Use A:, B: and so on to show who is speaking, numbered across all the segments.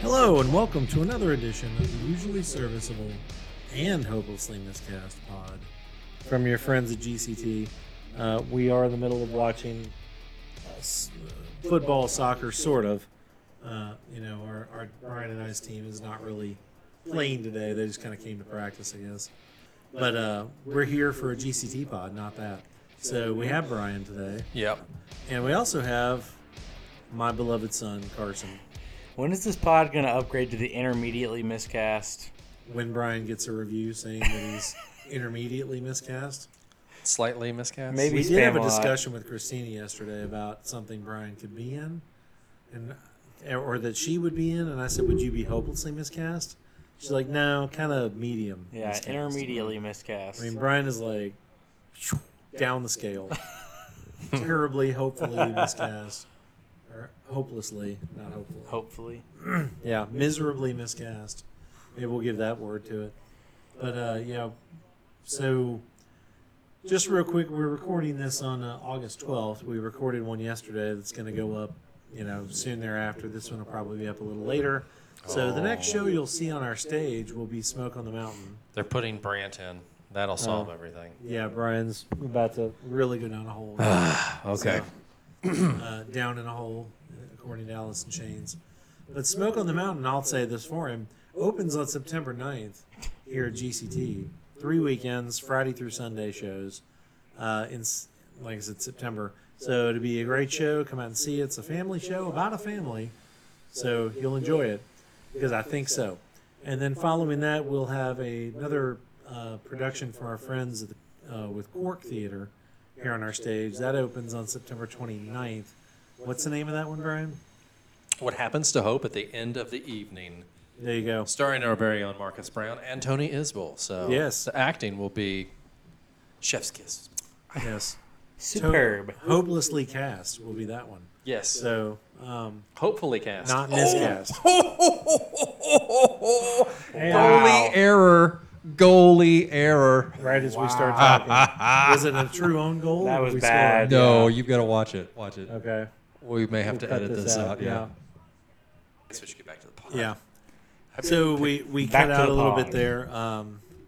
A: Hello and welcome to another edition of the usually serviceable and hopelessly miscast pod from your friends at GCT. Uh, we are in the middle of watching uh, s- uh, football, soccer, sort of. Uh, you know, our, our Brian and I's team is not really playing today. They just kind of came to practice, I guess. But uh, we're here for a GCT pod, not that. So we have Brian today,
B: Yep.
A: and we also have my beloved son Carson.
C: When is this pod going to upgrade to the intermediately miscast?
A: when Brian gets a review saying that he's intermediately miscast.
B: Slightly miscast.
C: Maybe.
A: We
C: He's
A: did have a
C: Spamalot.
A: discussion with Christina yesterday about something Brian could be in, and or that she would be in, and I said, "Would you be hopelessly miscast?" She's like, "No, kind of medium."
C: Yeah,
A: miscast."
C: intermediately miscast.
A: I mean, Brian is like phew, down the scale, terribly, hopefully miscast, or hopelessly, not hopefully.
C: Hopefully.
A: Yeah, miserably miscast. Maybe we'll give that word to it. But uh, yeah, so just real quick, we're recording this on uh, August 12th. We recorded one yesterday that's going to go up, you know, soon thereafter. This one will probably be up a little later. So the next show you'll see on our stage will be Smoke on the Mountain.
B: They're putting Brant in. That'll solve everything.
A: Yeah, Brian's about to really go down a hole.
B: Okay.
A: uh, down in a hole, according to Alice in Chains. But Smoke on the Mountain, I'll say this for him, opens on September 9th here at GCT. Three weekends, Friday through Sunday shows. Uh, in s- like I said, September. So it'll be a great show. Come out and see it. It's a family show about a family, so you'll enjoy it because I think so. And then following that, we'll have a, another uh, production from our friends at the, uh, with Cork Theater here on our stage. That opens on September 29th. What's the name of that one, Brian?
B: What happens to Hope at the end of the evening,
A: There you go.
B: starring our very own Marcus Brown and Tony Isbell. So
A: Yes.
B: the acting will be chef's kiss.
A: Yes. To-
C: Superb.
A: hopelessly cast will be that one.
B: Yes.
A: So um,
B: Hopefully cast.
A: not
C: Oh.
A: miscast.
B: Goalie error. Goalie error.
A: Right as we start talking, was it a true own goal?
C: That
A: or
C: was
A: we score?
C: bad.
B: No, you've got to watch it. Watch it.
A: Okay.
B: We may have to
A: Cut
B: edit this, out. Yeah.
A: yeah.
B: So we should get back to the pod.
A: Yeah. So we, we cut
C: Back to
A: out
C: the
A: a little
C: pond.
A: bit there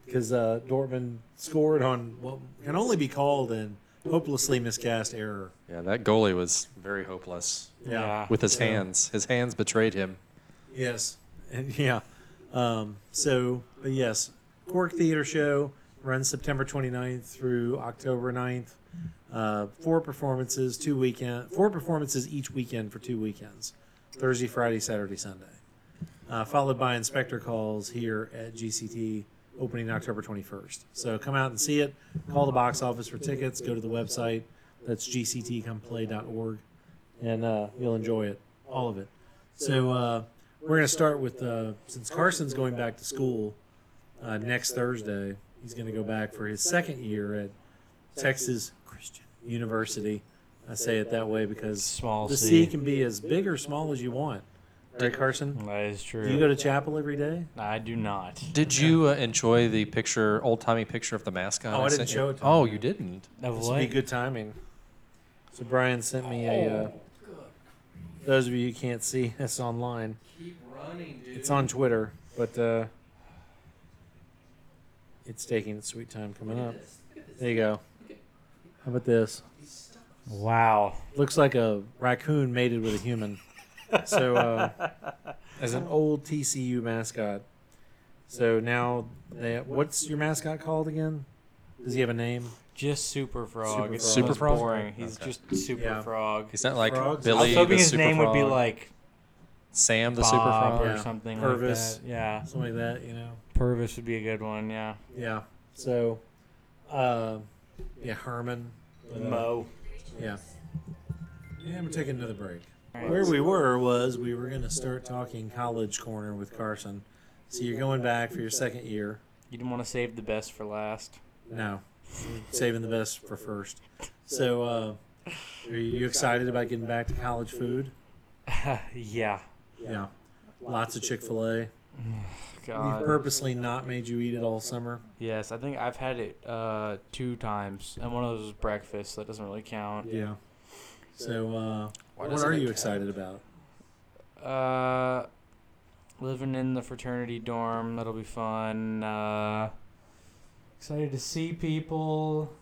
A: because uh, Dortmund scored on what can only be called an hopelessly miscast error.
B: Yeah, that goalie was very hopeless
C: Yeah.
B: with his hands. His hands betrayed him.
A: Yes. And yeah. Um, so, but yes, Cork Theater Show runs September 29th through October 9th. Uh, four performances, two weekend, four performances each weekend for two weekends, Thursday, Friday, Saturday, Sunday. Uh, followed by Inspector Calls here at GCT opening October 21st. So come out and see it. Call the box office for tickets. Go to the website. That's gctcomeplay.org. And uh, you'll enjoy it, all of it. So uh, we're going to start with uh, since Carson's going back to school uh, next Thursday. He's going to go back for his second year at Texas Christian University. I say it that way because
C: Small
A: the
C: C.
A: C can be as big or small as you want. Right, Carson?
C: That is true.
A: Do you go to chapel every day?
C: I do not.
B: Did you uh, enjoy the picture, old timey picture of the mascot?
A: Oh, I didn't
B: sent you?
A: show it to
B: Oh, you didn't.
C: Of
A: This would be
C: what?
A: good timing. So Brian sent me a. Uh, those of you who can't see us online,
B: Keep running, dude.
A: it's on Twitter, but uh, it's taking its sweet time coming up. There you go. How about this?
C: Wow.
A: Looks like a raccoon mated with a human. So, uh, as an old TCU mascot. So now, they, what's your mascot called again? Does he have a name?
C: Just Super Frog.
A: Super
C: It's
A: Frog.
C: Super
B: Super Frog?
C: boring. He's
B: Okay.
C: just Super
A: Yeah.
C: Frog.
B: He's not like
A: Frogs?
C: I
B: Billy
C: was hoping
B: the
C: his
B: Super
C: name would be
B: Frog,
C: like
B: Sam the
C: Bob
B: Super Frog.
C: or
A: Yeah.
C: something
A: Purvis.
C: like that. Yeah.
A: Something like that, you know?
C: Purvis would be a good one. Yeah.
A: Yeah. So, uh, yeah, Herman. But, uh,
C: Mo.
A: Yeah. Yeah, we're taking another break.
C: Alright.
A: Where we were was we were going to start talking college corner with Carson. So you're going back for your second year.
C: You didn't want to save the best for last.
A: No, saving the best for first. So, uh, are you excited about getting back to college food?
C: yeah.
A: Yeah. Lots of Chick fil A.
C: God.
A: We've purposely not made you eat it all summer.
C: Yes, I think I've had it uh, two times, and one of those was breakfast. So that doesn't really count.
A: Yeah. So, uh,
B: Why
A: what
B: doesn't
A: are
B: it
A: you
B: count?
A: excited about?
C: Uh, Living in the fraternity dorm, that'll be fun. Uh, excited to see people.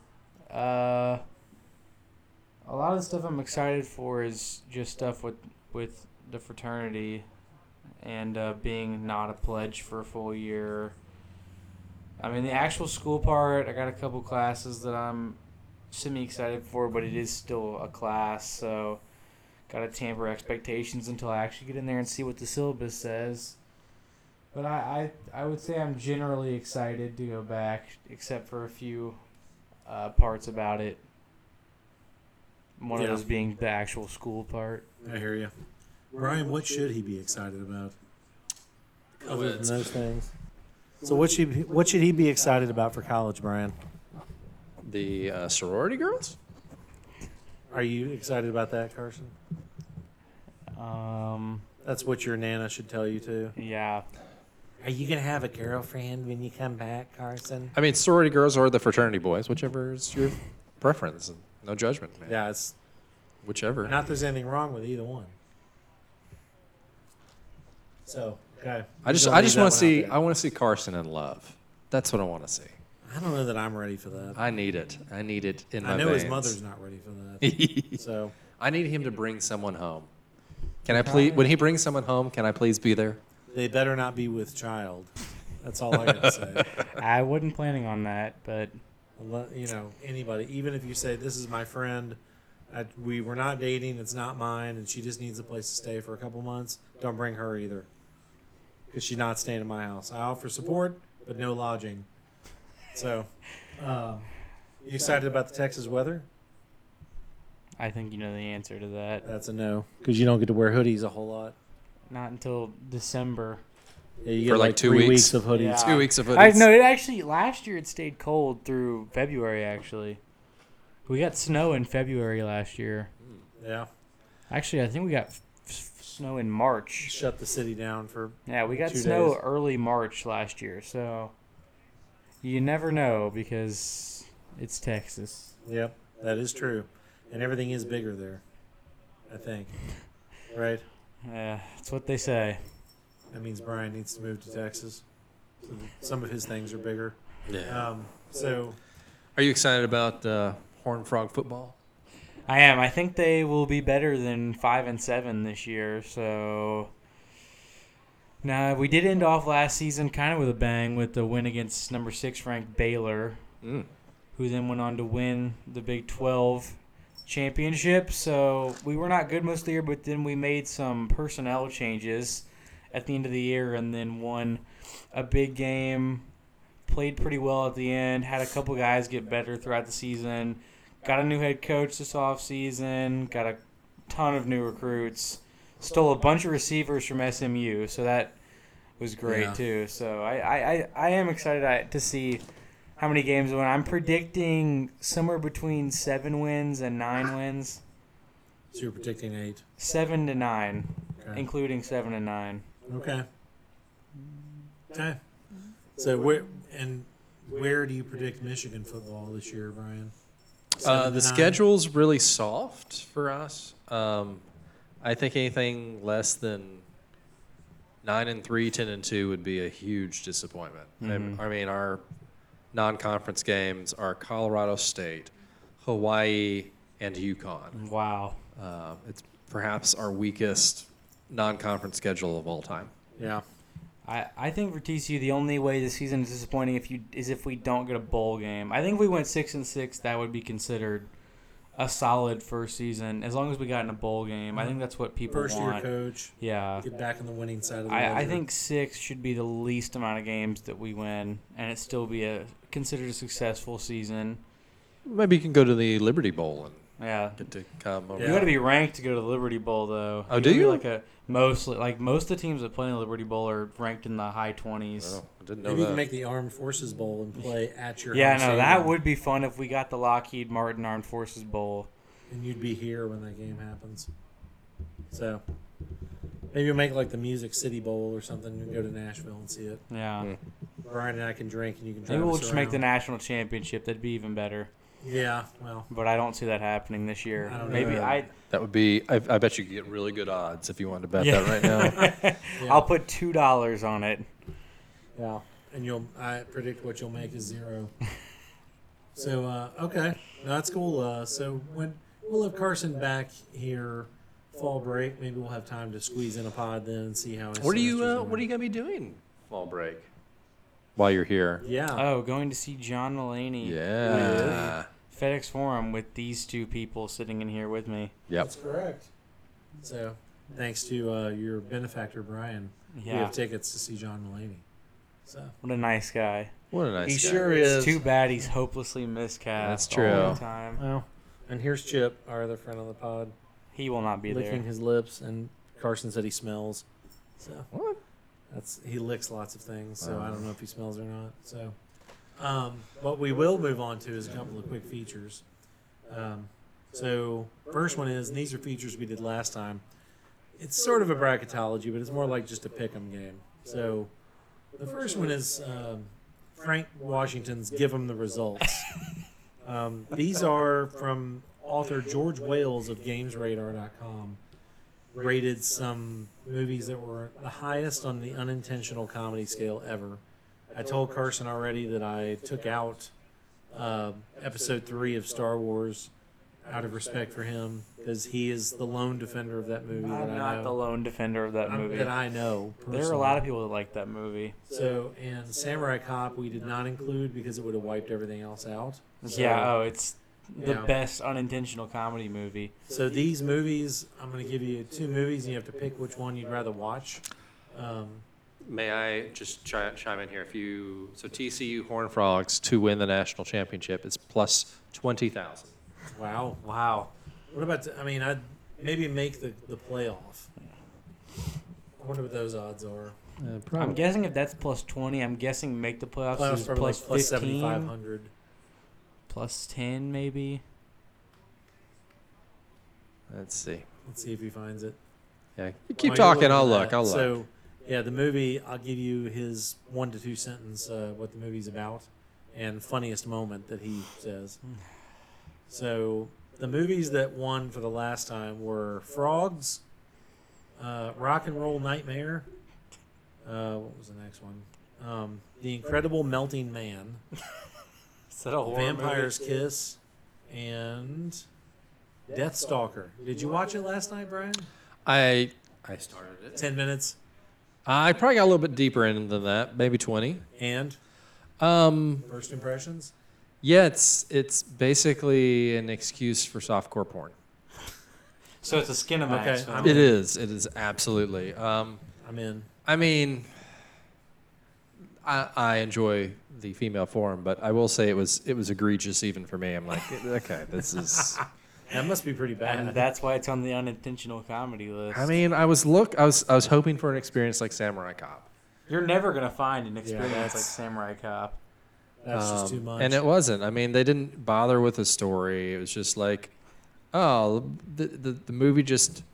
C: Uh, a lot of the stuff I'm excited for is just stuff with with the fraternity, and uh, being not a pledge for a full year. I mean, the actual school part, I got a couple classes that I'm semi excited for, but it is still a class, so gotta tamper expectations until I actually get in there and see what the syllabus says. But I, I, I would say I'm generally excited to go back, except for a few uh, parts about it. One
A: Yeah.
C: of those being the actual school part.
A: I hear you. Brian, what should he be excited about? Other than those things. So what should he- what should he be excited about for college, Brian?
B: The uh, sorority girls?
A: Are you excited about that, Carson?
C: Um,
A: That's what your nana should tell you too.
C: yeah.
A: Are you gonna have a girlfriend when you come back, Carson?
B: I mean, sorority girls or the fraternity boys, whichever is your preference. No judgment, man.
A: Yeah, it's
B: Whichever.
A: not there's anything wrong with either one. So okay.
B: I just,
A: Don't
B: I
A: leave
B: just
A: that one
B: want to
A: out
B: see,
A: there.
B: I want to see Carson in love. That's what I want to see.
A: I don't know that I'm ready for that.
B: I need it. I need it in my
A: I know
B: veins.
A: his mother's not ready for that.
B: mother's.
A: so
B: I need him to bring someone home. Can I please? When he brings someone home, can I please be there?
A: they better not be with child. That's all I gotta say.
C: I wasn't planning on that, but
A: Unle- You know, anybody, even if you say this is my friend, I, we were not dating, it's not mine, and she just needs a place to stay for a couple months. Don't bring her either, because she's not staying in my house. I offer support, but no lodging. So, um, you excited about the Texas weather?
C: I think you know the answer to that.
A: That's a no, because you don't get to wear hoodies a whole lot.
C: Not until December.
A: Yeah, you
B: For
A: get
B: like
A: like
B: two
A: three weeks.
B: weeks.
A: of hoodies.
C: Yeah.
B: Two weeks of
C: I
B: hoodies.
C: no, it actually last year it stayed cold through February. Actually, we got snow in February last year.
A: yeah,
C: Actually, I think we got f- f- snow in March.
A: shut the city down for
C: Yeah, we got
A: Two
C: snow
A: days.
C: early March last year. So you never know because it's Texas.
A: Yep, that is true. And everything is bigger there, I think. Right?
C: Yeah, that's what they say.
A: That means Brian needs to move to Texas. So that Some of his things are bigger.
B: Yeah.
A: Um, so,
B: Are you excited about uh, Horn Frog football?
C: I am. I think they will be better than five and seven this year. So now we did end off last season kind of with a bang with the win against number six ranked Baylor,
B: Mm.
C: who then went on to win the Big Twelve championship. So we were not good most of the year, but then we made some personnel changes at the end of the year, and then won a big game. Played pretty well at the end. Had a couple guys get better throughout the season got a new head coach this offseason, got a ton of new recruits, stole a bunch of receivers from SMU, so that was great
A: Yeah.
C: too. So I, I, I, I am excited I- to see how many games win. I'm predicting somewhere between seven wins and nine wins.
A: so you're predicting eight.
C: Seven to nine,
A: Okay.
C: including seven to nine.
A: Okay. okay. So, where and where do you predict Michigan football this year, Brian?
B: Uh,
A: Seven
B: the
A: to nine?
B: schedule's really soft for us. Um, I think anything less than nine and three, 10 and two would be a huge disappointment. I-
C: Mhm.
A: Mm-hmm.
B: I, mean, our non-conference games are Colorado State, Hawaii, and UConn.
C: Wow.
B: Uh, it's perhaps our weakest non-conference schedule of all time.
A: Yeah.
C: I, I think for TCU the only way the season is disappointing if you is if we don't get a bowl game. I think if we went six and six, that would be considered a solid first season as long as we got in a bowl game. I think that's what people
A: First year
C: want.
A: coach.
C: Yeah,
A: Get back on the winning side of the
C: I, I
A: ledger.
C: think six should be the least amount of games that we win, and it still be a considered a successful season.
B: Maybe you can go to the Liberty Bowl and
C: Yeah,
B: get to come over.
A: Yeah.
C: you got to be ranked to go to the Liberty Bowl though.
B: Oh,
C: You
B: do
C: gotta be
B: you?
C: Like a mostly like most of the teams that play in the Liberty Bowl are ranked in the high twenties.
B: Oh, I didn't know
A: Maybe you
B: that.
A: can make the Armed Forces Bowl and play at your
C: Yeah,
A: home
C: no,
A: stadium.
C: that would be fun if we got the Lockheed Martin Armed Forces Bowl.
A: and you'd be here when that game happens. So maybe we'll make like the Music City Bowl or something and go to Nashville and see it.
C: Yeah.
B: Mm.
A: Brian and I can drink and you can drive
C: Maybe we'll
A: us
C: just make the
A: around.
C: national championship. That'd be even better.
A: Yeah, well,
C: but I don't see that happening this year.
A: I don't
C: Maybe
A: know.
C: I
B: That would be. I, I bet you could get really good odds if you wanted to bet
C: Yeah.
B: that right now.
A: Yeah.
C: I'll put two dollars on it.
A: yeah, and you'll I predict what you'll make is zero. so uh, okay, no, that's cool. Uh, so when we'll have Carson back here fall break, maybe we'll have time to squeeze in a pod then and see how. his
B: what are you?
A: semester's
B: Uh, what are
A: going.
B: you gonna be doing fall break? While you're here.
A: Yeah,
C: Oh, going to see John Mulaney.
B: Yeah.
C: FedEx Forum with these two people sitting in here with me.
B: Yep.
A: correct. So thanks to uh, your benefactor Brian, we
C: Yeah,
A: have tickets to see John Mulaney. So
C: what a nice guy.
B: What a nice. guy.
C: It's too bad he's hopelessly miscast.
B: That's
C: All
B: true.
C: the time.
A: Well, and here's Chip, our other friend on the pod,
C: He will not be
A: licking
C: there.
A: his lips, and Carson said he smells. So
B: What?
A: that's he licks lots of things. So I
B: Wow.
C: Uh.
A: don't know if he smells or not. So, um, what we will move on to is a couple of quick features. Um, so first one is, and these are features we did last time. It's sort of a bracketology, but it's more like just a pick 'em game. So the first one is um, Frank Washington's "Give 'em the results." Um, these are from author George Wales of GamesRadar.com. Rated some movies that were the highest on the unintentional comedy scale ever. I told Carson already that I took out uh, episode three of Star Wars out of respect for him because he is the lone defender of that movie that
C: I'm
A: I
C: not the
A: know.
C: lone defender of that
A: I'm-
C: movie.
A: That I know.
C: There are a
A: personally.
C: lot of people that like that movie.
A: So, and Samurai Cop we did not include because it would have wiped everything else out. So-
C: yeah, oh, it's the
A: Yeah.
C: best unintentional comedy movie.
A: So these movies, I'm going to give you two movies, and you have to pick which one you'd rather watch. Um,
B: May I just chi- chime in here? If you so TCU Horn Frogs to win the national championship, it's plus twenty thousand.
A: wow, wow. What about? I mean, I'd maybe make the the playoff. I wonder what those odds are.
B: Uh,
C: I'm guessing if that's plus 20, I'm guessing make the playoffs,
A: Playoffs
C: is
A: for
C: plus
A: like plus seventy
C: 15,
A: five hundred.
C: plus 10 maybe.
B: Let's see.
A: Let's see if he finds it.
B: Yeah, you keep
A: While you're
B: talking. I'll
A: looking at
B: look.
A: that,
B: I'll
A: So,
B: look.
A: yeah, the movie. I'll give you his one to two sentence uh, what the movie's about and funniest moment that he says. So the movies that won for the last time were Frogs, uh, Rock and Roll Nightmare. Uh, what was the next one? Um, the Incredible Melting Man,
C: Is that a horror
A: Vampire's Kiss, and Death Stalker. Did you watch it last night, Brian?
B: I I started it.
A: Ten minutes
B: I probably got a little bit deeper in than that, maybe twenty.
A: and
B: Um,
A: first impressions.
B: yeah, it's it's basically an excuse for softcore porn.
C: So it's a skin of
A: Okay,
C: okay,
A: I'm-
B: It is. It is absolutely. Um,
A: I'm in.
B: I mean, I, I enjoy the female form, but I will say it was it was egregious even for me. I'm like, okay, this is.
A: That must be pretty
C: And
A: bad.
C: that's why it's on the unintentional comedy list.
B: I mean, I was look, I was I was hoping for an experience like Samurai Cop.
C: You're never going to find an experience like
A: that's-
C: Samurai Cop.
A: That's just
B: Um,
A: too much.
B: And it wasn't. I mean, they didn't bother with a story. It was just like, oh, the, the, the movie just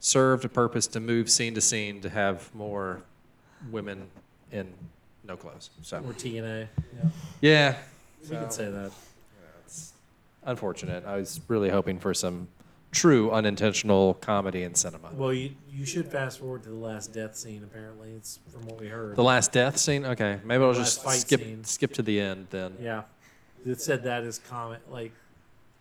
B: served a purpose to move scene to scene to have more women in no clothes. So,
A: or TNA. Yeah.
B: yeah,
A: We can say that.
B: it's unfortunate. I was really hoping for some true unintentional comedy in cinema.
A: Well, you you should fast forward to the last death scene. Apparently, it's from what we heard.
B: The last death scene? Okay. Maybe I'll
A: last
B: just
A: fight
B: skip
A: scene.
B: skip to the end then.
A: yeah, it said that is comic like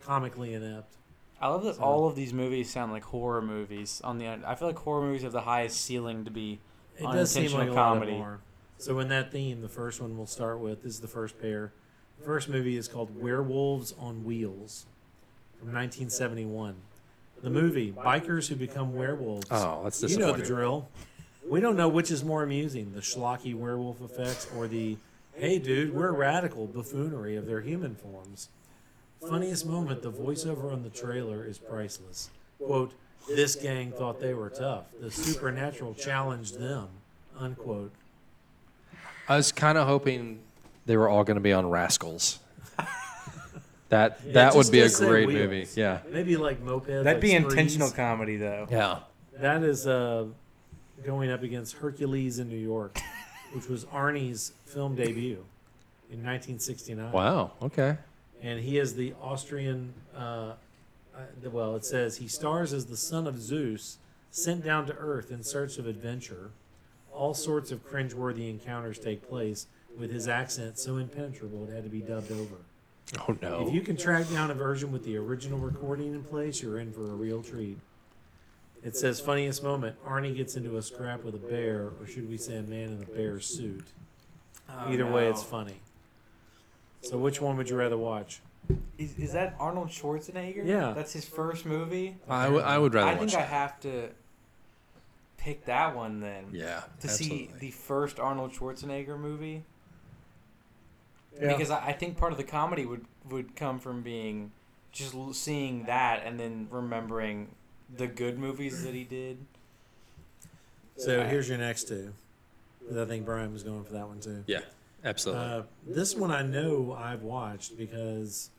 A: comically inept.
C: I love that
A: So-
C: all of these movies sound like horror movies. On the I feel like horror movies have the highest ceiling to be.
A: It does seem like a
C: Unintentional
A: lot of
C: comedy.
A: more. So in that theme, the first one we'll start with is the first pair. The first movie is called Werewolves on Wheels from 1971. The movie Bikers Who Become Werewolves.
B: Oh, that's
A: You know the
B: disappointing.
A: drill. We don't know which is more amusing, the schlocky werewolf effects or the hey dude, we're radical buffoonery of their human forms. Funniest moment, the voiceover on the trailer is priceless. Quote, this gang thought they were tough. The supernatural challenged them. Unquote.
B: I was kind of hoping they were all going to be on Rascals. that that
A: just-
B: would be a
A: just say
B: great
A: wheels.
B: movie. Yeah.
A: Maybe like moped.
C: That'd be intentional comedy though.
B: Yeah.
A: That is uh, going up against Hercules in New York, which was Arnie's film debut in 1969.
B: Wow. Okay.
A: and he is the Austrian. Uh, uh, well, it says he stars as the son of Zeus, sent down to Earth in search of adventure. All sorts of cringeworthy encounters take place with his accent so impenetrable it had to be dubbed over.
B: Oh no.
A: If you can track down a version with the original recording in place, you're in for a real treat. It says funniest moment: Arnie gets into a scrap with a bear, or should we say a man in a bear suit?
C: Oh,
A: Either way, it's funny. So, which one would you rather watch?
C: Is, is that Arnold Schwarzenegger?
A: Yeah.
C: That's his first movie.
B: I, w- I would rather
C: I think
B: watch
C: I
B: that.
C: have to pick that one then.
B: yeah.
C: To
B: absolutely.
C: see the first Arnold Schwarzenegger movie.
A: Yeah.
C: Because I, I think part of the comedy would, would come from being just l- seeing that and then remembering the good movies that he did.
A: So here's your next two. 'Cause I think Brian was going for that one too.
B: Yeah, absolutely.
A: Uh, this one I know I've watched because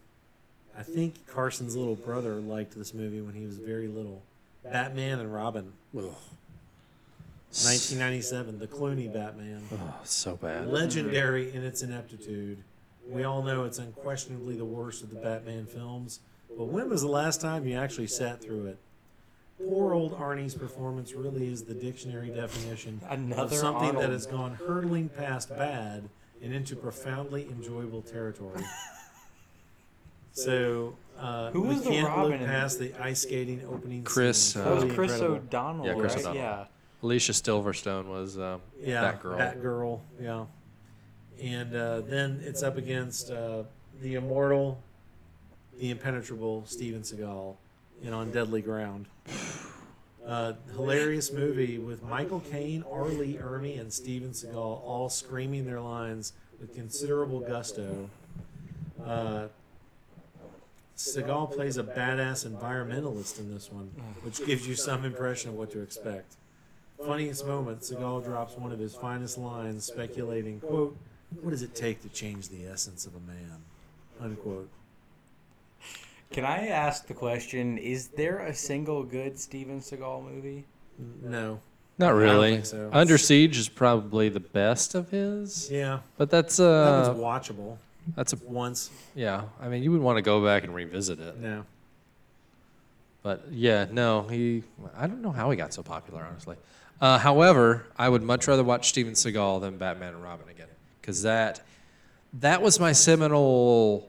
A: I think Carson's little brother liked this movie when he was very little. Batman and Robin,
B: Ugh.
A: 1997, the Clooney Batman.
B: Oh, so bad.
A: Legendary in its ineptitude. We all know it's unquestionably the worst of the Batman films, but when was the last time you actually sat through it? Poor old Arnie's performance really is the dictionary definition of
C: Another
A: something that
C: Arnold.
A: has gone hurtling past bad and into profoundly enjoyable territory. so, uh,
C: Who
A: we
C: was the
A: can't
C: Robin
A: look
C: in-
A: past the ice skating opening.
B: Chris,
A: scene.
B: uh,
C: That was
A: Really
C: Chris
A: incredible.
C: O'Donnell,
B: Yeah, Chris
C: right?
B: O'Donnell.
C: Yeah.
B: Alicia Silverstone was um,
A: Yeah,
B: that girl.
A: Batgirl, yeah. And uh, then it's up against uh, the immortal, the impenetrable Steven Seagal, and on deadly ground. Uh, hilarious movie with Michael Caine, Arlie Ermy, and Steven Seagal all screaming their lines with considerable gusto. Uh, Seagal plays a badass environmentalist in this one, which gives you some impression of what to expect. Funniest moment, Seagal drops one of his finest lines, speculating, quote, what does it take to change the essence of a man? Unquote.
C: Can I ask the question? Is there a single good Steven Seagal movie?
A: N- No.
B: Not
A: I don't
B: really.
A: think so.
B: Under Siege is probably the best of his,
A: Yeah.
B: but that's
A: That
B: uh,
A: one's watchable.
B: that's a
A: Once.
B: yeah. I mean, you would want to go back and revisit it,
A: No.
B: but yeah, no, he. I don't know how he got so popular, honestly. Uh, however, I would much rather watch Steven Seagal than Batman and Robin again, because that that was my seminal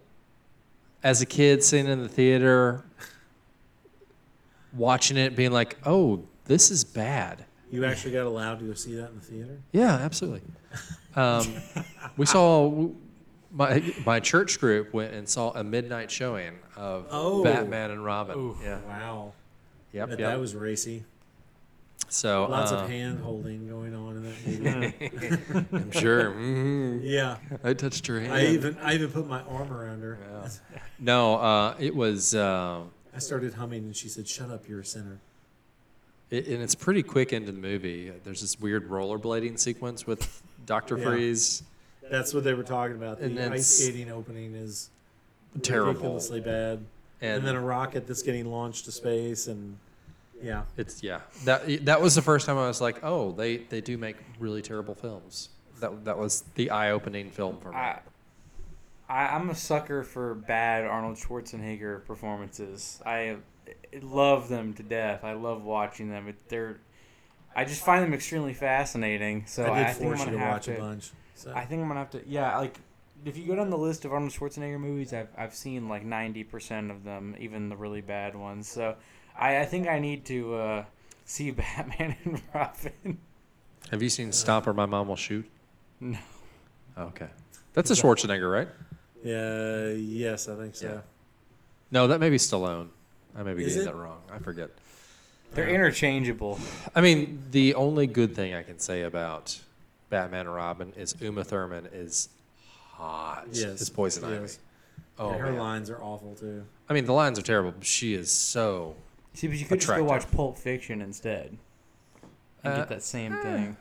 B: as a kid sitting in the theater, watching it, being like, oh, this is bad.
A: You actually got allowed to go see that in the theater?
B: Yeah, absolutely. Um, we saw my my church group went and saw a midnight showing of
A: Oh.
B: Batman and Robin. Yeah,
A: Wow.
B: yep,
A: But
B: yep.
A: that was racy.
B: so
A: Lots
B: uh,
A: of hand holding going on in that movie.
B: I'm sure. Mhm.
A: yeah.
B: I touched her hand.
A: I even I even put my arm around her.
B: Yeah. No, uh, it was, uh,
A: I started humming and she said, Shut up, you're a sinner.
B: it, and it's pretty quick into the movie. There's this weird rollerblading sequence with Doctor
A: Yeah.
B: Freeze.
A: That's what they were talking about.
B: And
A: The
B: it's-
A: ice skating opening is
B: Terrible.
A: ridiculously bad. and,
B: And,
A: then a rocket that's getting launched to space and yeah
B: it's yeah. That that was the first time I was like, oh, they, they do make really terrible films. That that was the eye opening film for me.
C: I, I I'm a sucker for bad Arnold Schwarzenegger performances. I love them to death. I love watching them. It, they're I just find them extremely fascinating. So
A: i
C: I,
A: did
C: think I'm
A: force you
C: gonna
A: to
C: have
A: watch
C: to.
A: a bunch so
C: I think I'm gonna have to. Yeah, like if you go down the list of Arnold Schwarzenegger movies, I've I've seen like ninety percent of them, even the really bad ones. So I I think I need to uh, see Batman and Robin.
B: Have you seen Stop or My Mom Will Shoot?
C: No.
B: Okay. That's a Schwarzenegger, right?
A: yeah yes i think so
B: No, that may be Stallone. I may be
A: Is
B: getting
A: it?
B: that wrong. I forget.
C: They're interchangeable.
B: I mean, the only good thing I can say about Batman and Robin is Uma Thurman is hot.
A: Yes,
B: It's poison
A: yes.
B: ivy. Oh,
A: and her
B: man.
A: lines are awful too
B: I mean, the lines are terrible, but she is so.
C: See, but you could
B: Attractive.
C: just go watch Pulp Fiction instead and
B: Uh,
C: get that same thing.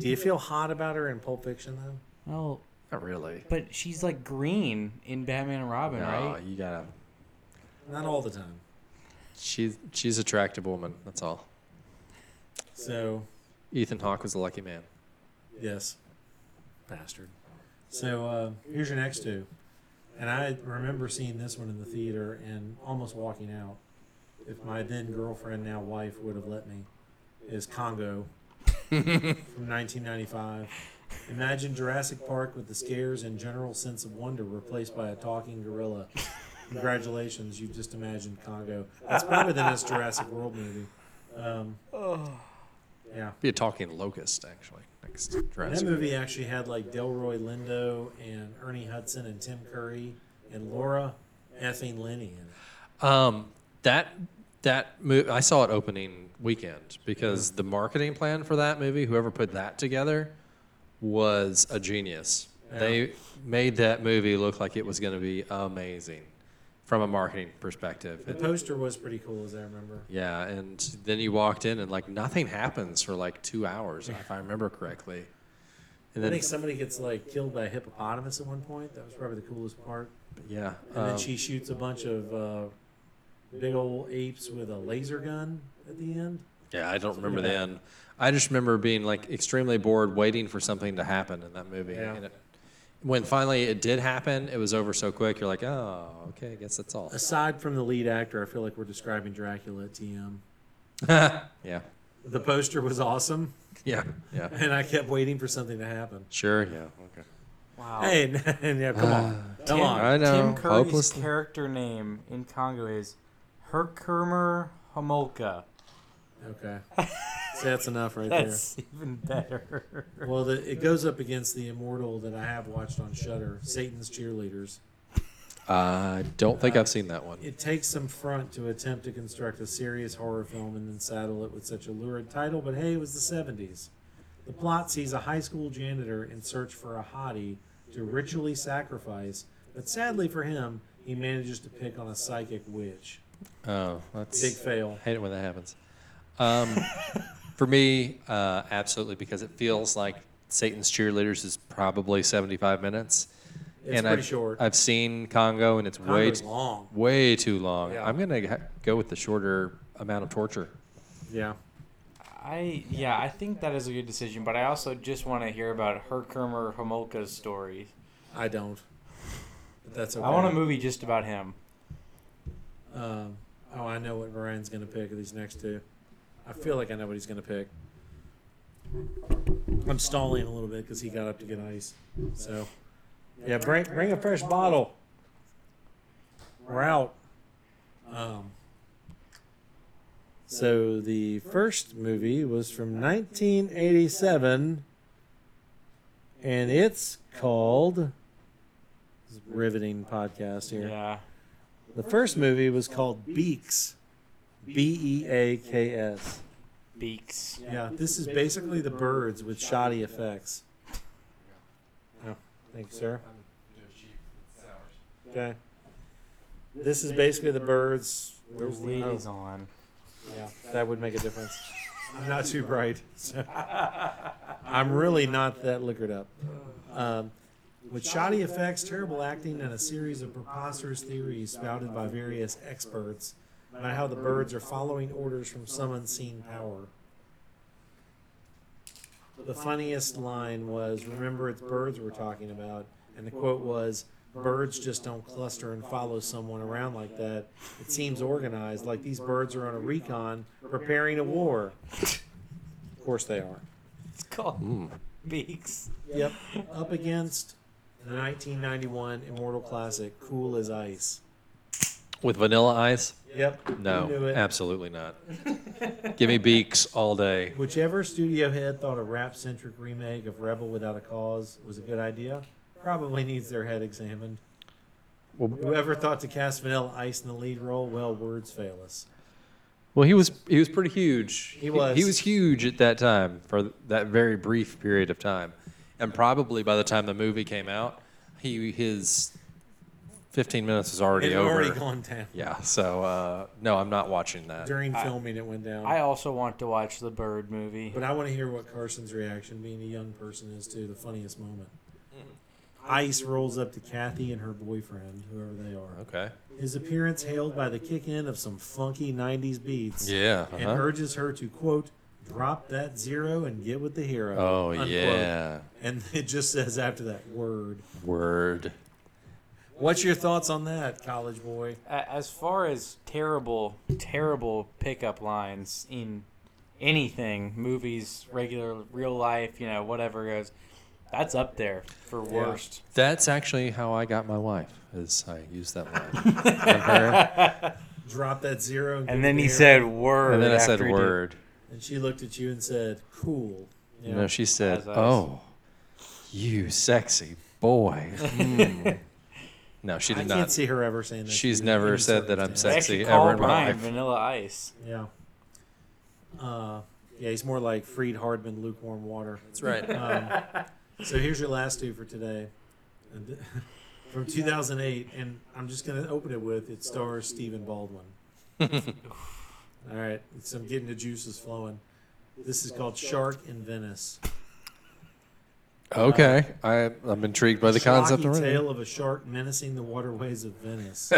A: do you feel hot about her in pulp fiction though
C: Well,
B: Not really.
C: but she's like green in Batman and Robin,
B: No,
C: right?
B: you gotta.
A: not all the time
B: She's she's an attractive woman. That's all.
A: so
B: Ethan Hawke was a lucky man.
A: yes bastard so uh, here's your next two And I remember seeing this one in the theater and almost walking out. If my then girlfriend, now wife, would have let me, is Congo from 1995. Imagine Jurassic Park with the scares and general sense of wonder replaced by a talking gorilla. Congratulations, you've just imagined Congo. That's better than this Jurassic World movie. Um, yeah.
B: Be a talking locust, actually. Next
A: And that
B: Jurassic.
A: movie actually had like Delroy Lindo and Ernie Hudson and Tim Curry and Laura effing Lenny in it.
B: Um, that that movie I saw it opening weekend because the marketing plan for that movie, whoever put that together, was a genius. They made that movie look like it was going to be amazing from a marketing perspective.
A: The
B: It-
A: poster was pretty cool, as I remember.
B: yeah, and then you walked in and like nothing happens for like two hours, if I remember correctly. And
A: I
B: then
A: think somebody gets like killed by a hippopotamus at one point. That was probably the coolest part.
B: yeah,
A: And then
B: um,
A: she shoots a bunch of uh, big old apes with a laser gun at the end.
B: Yeah, I don't remember
A: like
B: the
A: that.
B: end. I just remember being like extremely bored, waiting for something to happen in that movie.
A: Yeah.
B: And it, when finally it did happen, it was over so quick. You're like, oh, okay, I guess that's all.
A: Aside from the lead actor, I feel like we're describing Dracula at TM.
B: Yeah,
A: The poster was awesome,
B: yeah, yeah.
A: and I kept waiting for something to happen.
B: Sure, yeah, okay.
C: Wow.
A: Hey, and yeah, come on, come
C: Tim,
A: on.
B: I know,
C: Tim Curry's
B: hopelessly.
C: character name in Congo is Herkimer Homolka.
A: Okay. See, that's enough right
C: That's even better.
A: there. Well, the, it goes up against the immortal that I have watched on Shudder, Satan's Cheerleaders.
B: I don't think I've seen that one.
A: It takes some front to attempt to construct a serious horror film and then saddle it with such a lurid title, but hey, it was the 70s. The plot sees a high school janitor in search for a hottie to ritually sacrifice, but sadly for him, he manages to pick on a psychic witch.
B: Oh,
A: Big
B: that's
A: fail.
B: hate it when that happens. Um, for me, uh, absolutely, because it feels like Satan's Cheerleaders is probably 75 minutes.
A: It's
B: and
A: pretty
B: I've,
A: short.
B: I've seen Congo, and it's way
A: Congo's
B: t-
A: long.
B: way too long.
A: Yeah.
B: I'm gonna ha- go with the shorter amount of torture.
A: Yeah.
C: I yeah, I think that is a good decision, but I also just want to hear about Herkimer Homolka's story.
A: I don't. But that's okay.
C: I want a movie just about him.
A: Um, oh, I know what Ryan's going to pick of these next two. I feel like I know what he's going to pick. I'm stalling a little bit because he got up to get ice. So, yeah, bring bring a fresh bottle. We're out. Um, so the first movie was from 1987, and it's called. This is riveting podcast here.
C: Yeah.
A: The first movie was called Beaks. B E A K S.
C: Beaks.
A: Yeah, this is basically the birds with shoddy effects. Oh, thank you, sir. Okay. This is basically the birds.
C: There's
A: the- oh,
C: ladies on.
A: yeah, that would make a difference. I'm not too bright. so- I'm really not that liquored up. Um, with shoddy effects, terrible acting, and a series of preposterous theories spouted by various experts about how the birds are following orders from some unseen power. The funniest line was Remember, it's birds we're talking about. And the quote was Birds just don't cluster and follow someone around like that. It seems organized, like these birds are on a recon preparing a war. Of course they are.
C: It's called Beaks.
A: Yep. Up against the 1991 Immortal Classic, Cool as Ice.
B: With vanilla ice?
A: Yep. you knew
B: No,
A: it.
B: absolutely not. Give me beaks all day.
A: Whichever studio head thought a rap centric remake of Rebel Without a Cause was a good idea probably needs their head examined.
B: Well,
A: Whoever thought to cast Vanilla Ice in the lead role, well, words fail us.
B: well, he was he was pretty huge.
A: He was.
B: He, was huge at that time for that very brief period of time, and probably by the time the movie came out, he his 15 minutes was already
A: It had
B: over.
A: already gone down.
B: yeah. So uh, no, I'm not watching that.
A: During filming, it went down.
C: I also want to watch the bird movie.
A: But I want to hear what Carson's reaction, being a young person, is to the funniest moment. Ice rolls up to Kathy and her boyfriend, whoever they are.
B: Okay.
A: His appearance hailed by the kick in of some funky 90s beats
B: Yeah.
A: and
B: uh-huh.
A: urges her to, quote, drop that zero and get with the hero.
B: Oh
A: unquote.
B: yeah.
A: And it just says after that word.
B: Word.
A: What's your thoughts on that, college boy?
C: A- As far as terrible, terrible pickup lines in anything, movies, regular, real life, you know, whatever goes, that's up there for worst.
B: That's actually how I got my wife. Is I used that line, And her-
A: Drop that zero.
C: And
A: give
C: then
A: it
C: he
A: to her.
C: said word.
B: and then I said
C: after he did-
B: word.
A: And she looked at you and said, cool. You
B: No, she said,
C: As I
B: "Oh, you sexy boy." Mm. no, she
A: I
B: did
A: can't
B: not.
A: see her ever saying that. to
B: She's
A: you in
B: never
A: any
B: said that I'm
A: circumstance.
C: I
B: Sexy
C: actually
B: ever
C: called
B: in my
C: Brian
B: life.
C: Vanilla Ice.
A: Yeah. Uh, yeah, he's more like Freed Hardman lukewarm water.
B: That's right.
A: Um, so here's your last two for today. And th- From 2008, and I'm just going to open it with it stars Stephen Baldwin. All right, so I'm getting the juices flowing. This is called Shark in Venice.
B: Okay, I, I'm intrigued by the concept
A: Schlocky
B: already.
A: tale of a shark menacing the waterways of Venice.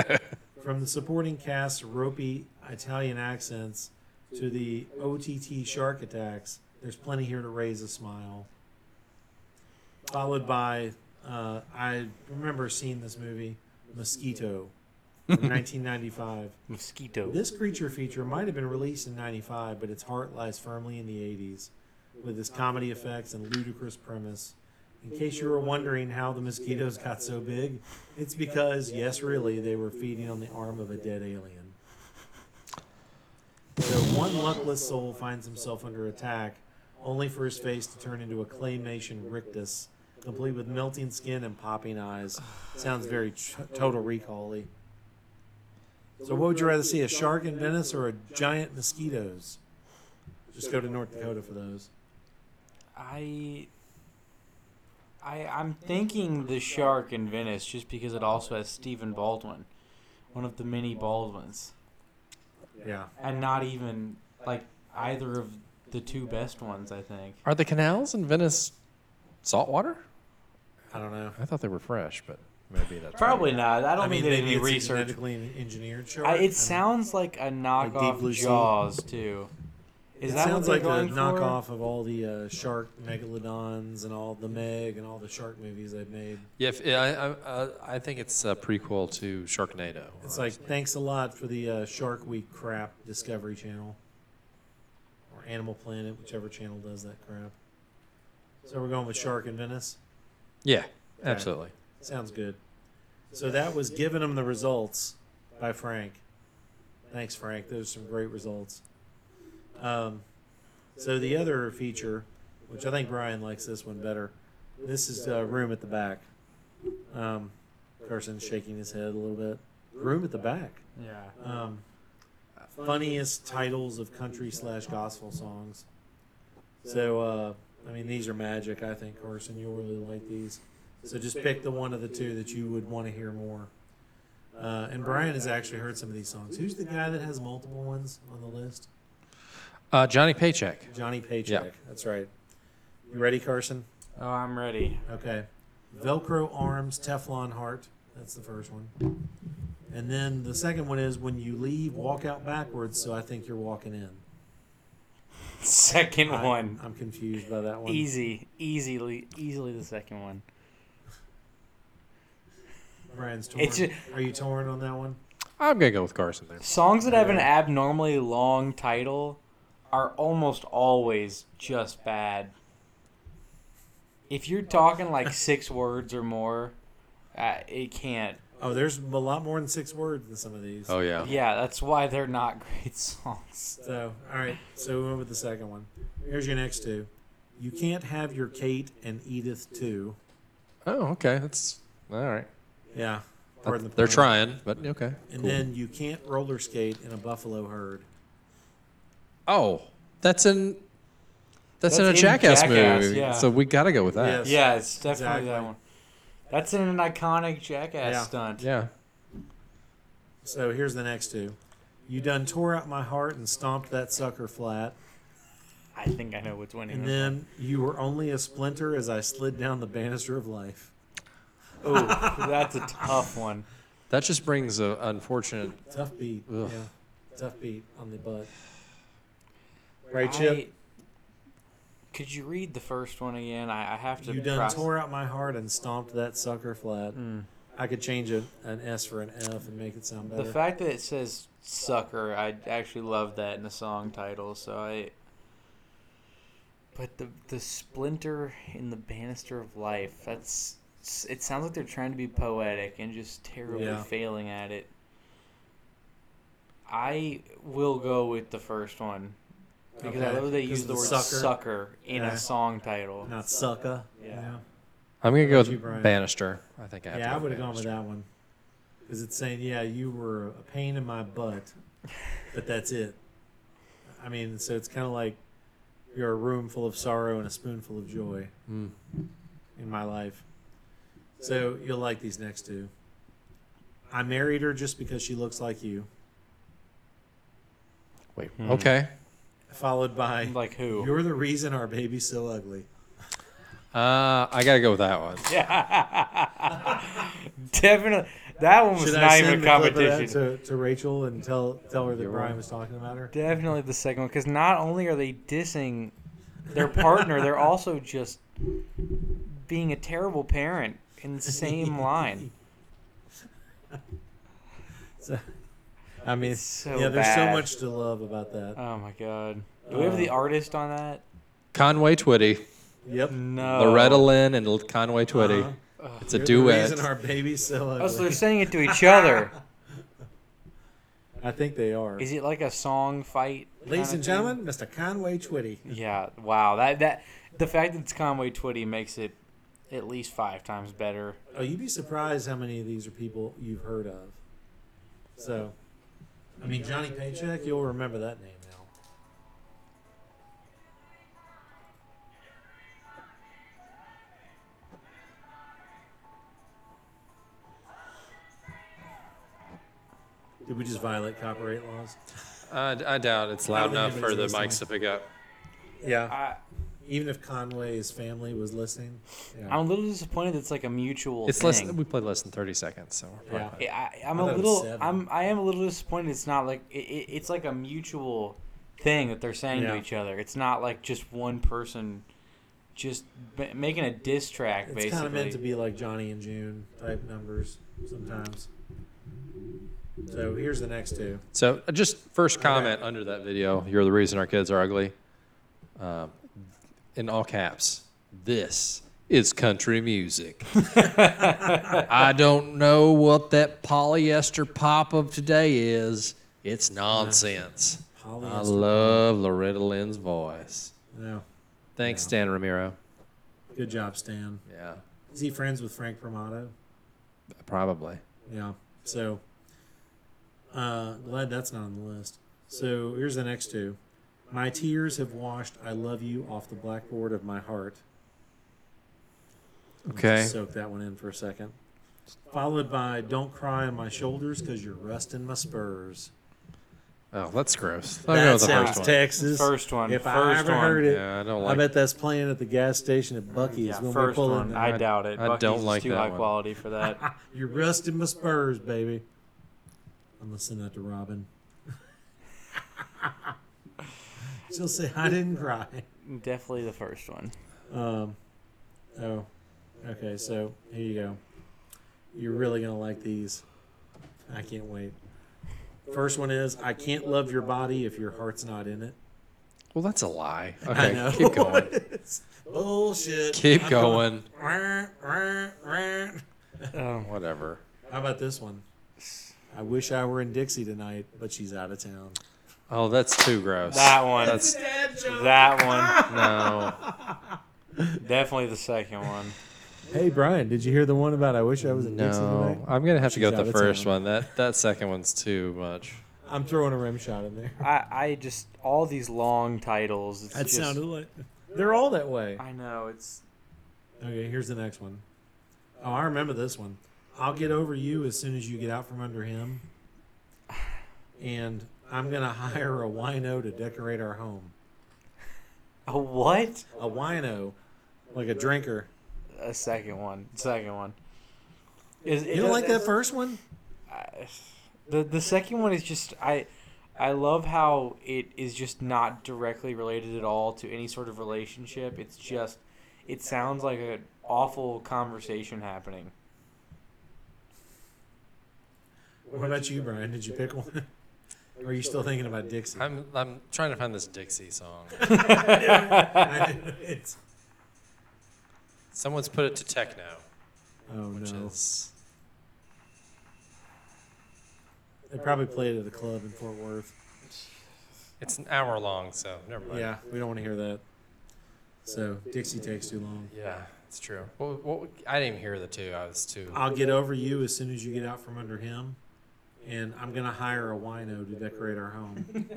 A: From the supporting cast's ropey Italian accents to the OTT shark attacks, there's plenty here to raise a smile. Followed by, uh, I remember seeing this movie, Mosquito, from 1995.
C: Mosquito.
A: This creature feature might have been released in 95, but its heart lies firmly in the 80s with its comedy effects and ludicrous premise. In case you were wondering how the mosquitoes got so big, it's because, yes, really, they were feeding on the arm of a dead alien. So one luckless soul finds himself under attack, only for his face to turn into a claymation rictus, complete with melting skin and popping eyes. Sounds very t- total recall y. So, what would you rather see, a shark in Venice or a giant mosquitoes? Just go to North Dakota for those.
C: I, I, I'm thinking the shark in Venice just because it also has Stephen Baldwin, one of the many Baldwins,
A: Yeah.
C: and not even like either of the two best ones. I think.
B: Are the canals in Venice saltwater?
A: I don't know.
B: I thought they were fresh, but maybe that's
C: Probably not. I don't
A: I mean,
C: mean they did
A: maybe
C: any
A: it's a
C: research.
A: genetically en- engineered shark.
C: I,
A: I mean,
C: it sounds like a knockoff
A: Blue Sea.
C: Jaws too. Is
A: it
C: that
A: sounds like
C: what they're
A: a
C: going for?
A: knockoff of all the uh, shark megalodons and all the Meg and all the shark movies they've made.
B: Yeah, if, yeah I, I, I- I think it's a prequel to Sharknado.
A: It's like thanks a lot for the uh, Shark Week crap, Discovery Channel or Animal Planet, whichever channel does that crap. So we're going with Shark in Venice.
B: yeah, absolutely.
A: Sounds good. So that was giving them the results by Frank. Thanks, Frank. Those are some great results. Um, so the other feature, which I think Brian likes this one better, this is uh, room at the back. Um, Carson's shaking his head a little bit. Room at the back.
C: Yeah.
A: Um, funniest titles of country slash gospel songs. So, uh, I mean, these are magic. I think Carson, you'll really like these. So just pick the one of the two that you would want to hear more. Uh, and Brian has actually heard some of these songs. Who's the guy that has multiple ones on the list?
B: Uh, Johnny Paycheck.
A: Johnny Paycheck. That's right. You ready, Carson?
C: Oh, I'm ready.
A: Okay. Velcro arms, Teflon heart. That's the first one. And then the second one is when you leave, walk out backwards. So I think you're walking in.
C: Second
A: I-
C: one.
A: I'm confused by that one.
C: Easy, easily, easily the second one.
A: Brian's torn.
C: It's ju-
A: Are you torn on that one?
B: I'm gonna go with Carson there.
C: Songs that have an abnormally long title are almost always just bad. If you're talking like six words or more, uh, it can't.
A: Oh, there's a lot more than six words in some of these.
B: Oh yeah.
C: Yeah, that's why they're not great songs.
A: So, all right. So we went with the second one. Here's your next two. You can't have your Kate and Edith too.
B: Oh okay, that's all right.
A: Yeah. Pardon the
B: They're
A: pun.
B: trying, but okay.
A: And
B: cool.
A: then you can't roller skate in a buffalo herd.
B: oh, that's in that's, in a
C: That's in
B: Jackass,
C: Jackass,
B: movie.
C: yeah.
B: So we gotta go with that.
A: Yes.
C: Yeah, it's definitely that
A: Exactly.
C: one. That's in an iconic jackass
A: Yeah.
C: stunt.
B: Yeah.
A: So here's the next two. You done tore out my heart and stomped that sucker flat.
C: I think I know what's winning.
A: And then you were only a splinter as I slid down the banister of life.
C: oh, that's a tough one.
B: That just brings a unfortunate.
A: Tough beat.
B: Ugh.
A: Yeah. Tough beat on the butt. Right, Chip?
C: I- could you read the first one again? I, I have to.
A: You done
C: process-
A: tore out my heart and stomped that sucker flat.
C: Mm.
A: I could change a, an S for an F and make it sound better.
C: The fact that it says "sucker," I actually love that in the song title. So I. But the the splinter in the banister of life. That's it. Sounds like they're trying to be poetic and just terribly
A: Yeah.
C: failing at it. I will go with the first one because I
A: Okay,
C: love they
A: 'cause
C: use
A: of
C: the, word sucker,
A: sucker,
C: in
A: Yeah.
C: a song title.
A: not sucker.
C: Yeah.
B: I'm gonna
A: How
B: go
A: about you,
B: with
A: Brian?
B: Bannister. I think I
A: Yeah,
B: have
A: yeah I
B: to go
A: would have gone with
B: Bannister.
A: that one. Because it's saying, yeah, you were a pain in my butt, but that's it. I mean, so it's kind of like you're a room full of sorrow and a spoonful of joy
C: Hmm.
B: Mm.
A: in my life. So you'll like these next two. I married her just because she looks like you,
B: Wait.
C: Hmm.
B: Okay.
A: followed by
C: Like who?
A: You're the reason our baby's so ugly.
B: Uh, I gotta go with that one.
C: Yeah. Definitely. That one was
A: Should
C: not
A: I
C: even
A: send the
C: a
A: clip of
C: competition.
A: that to, to Rachel and tell tell her that
B: You're
A: Brian
B: right.
A: was talking about her?
C: Definitely the second one, because not only are they dissing their partner, they're also just being a terrible parent in the same line.
A: I mean,
C: It's so
A: yeah, there's
C: bad.
A: so much to love about that.
C: Oh my god. Do we have the
A: Uh,
C: artist on that?
B: Conway Twitty,
A: Yep.
C: No.
B: Loretta Lynn, and L- Conway Twitty.
A: Oh. Uh-huh.
B: It's a
A: You're
B: duet.
A: The reason our baby's so
C: Oh, so
A: ugly.
C: they're saying it to each other.
A: I think they are.
C: Is it like a song fight?
A: Ladies
C: kinda
A: and
C: thing?
A: gentlemen, Mr. Conway Twitty.
C: Yeah. Wow. That that the fact that it's Conway Twitty makes it at least five times better.
A: Oh, you'd be surprised how many of these are people you've heard of. So, I mean, Johnny Paycheck, you'll remember that name now. Did we just violate copyright laws?
B: I, I doubt it's
A: I don't think
B: loud enough for the
A: anybody's
B: mics to pick up.
A: Yeah.
C: I,
A: Even if Conway's family was listening. Yeah.
C: I'm a little disappointed. It's like a mutual.
B: It's
C: thing.
B: less. We played less than 30 seconds, so we're
A: Yeah.
B: probably.
C: I, I- I'm
A: I
C: a
A: thought it was
C: little.
A: seven.
C: I'm. I am a little disappointed. It's not like it, it, it's like a mutual thing that they're saying
A: Yeah.
C: to each other. It's not like just one person just b- making a diss track.
A: It's
C: basically,
A: kind of meant to be like Johnny and June type numbers sometimes. So here's the next two.
B: So uh, just first comment under that video. You're the reason our kids are ugly. Um, in all caps. This is country music. I don't know what that polyester pop of today is. It's nonsense. I
A: Polyester.
B: love Loretta Lynn's voice.
A: no,
B: Thanks, Stan Ramiro.
A: good job, Stan.
B: Yeah,
A: Is he friends with Frank Promato?
B: probably.
A: Yeah. So uh, glad that's not on the list. So here's the next two. My tears have washed "I love you" off the blackboard of my heart.
B: Okay.
A: Just soak that one in for a second. Followed by "Don't cry on my shoulders because you're rusting my spurs."
B: Oh, that's gross. I'll go
A: That
B: with the
A: sounds
B: first one.
A: Texas.
C: First one.
A: If I
C: first
A: ever
C: one.
A: heard it,
B: Yeah, I don't
A: I
B: like.
A: bet that's playing at the gas station at Bucky's
C: Yeah,
A: when we
C: first
A: pull
C: one.
A: in.
C: I
B: I-
C: doubt it.
B: I
C: Bucky's
B: don't
C: is
B: like
C: too
B: that
C: high
B: one.
C: quality for that.
A: You're rusting my spurs, baby. I'm listening out to Robin. She'll say, I didn't cry.
C: Definitely the first one.
A: Um, oh, okay. So here you go. You're really going to like these. I can't wait. First one is I can't love your body if your heart's not in it.
B: Well, that's a lie.
A: I
B: Okay,
A: know.
B: keep going.
A: It's Bullshit.
B: Keep
A: I'm
B: going.
A: going.
C: Oh,
B: Whatever.
A: How about this one? I wish I were in Dixie tonight, but she's out of town.
B: Oh, that's too gross.
C: that one.
B: That's
C: that
B: no.
C: one. Definitely the second one.
A: Hey Brian, did you hear the one about I wish I was in Dixie tonight?
B: No, I'm gonna have to
A: She's
B: go with
A: out
B: the
A: of
B: first
A: town.
B: one. That that second one's too much.
A: I'm throwing a rim shot in there.
C: I, I just all these long titles. It's
A: That
C: just,
A: sounded like they're all that way.
C: I know it's
A: Okay, here's the next one. Oh, I remember this one. I'll get over you as soon as you get out from under him. And I'm gonna hire a wino to decorate our home.
C: a what?
A: A wino, like a drinker.
C: A second one. Second one. Is
A: You don't like that first one?
C: I- the the second one is just I I love how it is just not directly related at all to any sort of relationship. It's just it sounds like an awful conversation happening.
A: What about you, Brian? Did you pick one? Or are you still thinking about Dixie?
B: I'm I'm trying to find this Dixie song.
A: It's-
B: Someone's put it to techno,
A: oh
B: which
A: no!
B: is
A: They probably played at a club in Fort Worth.
B: it's an hour long, so never mind.
A: Yeah, we don't want to hear that. So Dixie takes too long.
B: Yeah, it's true. Well, what, I didn't even hear the two. I was too.
A: I'll get over you as soon as you get out from under him, and I'm gonna hire a wino to decorate our home.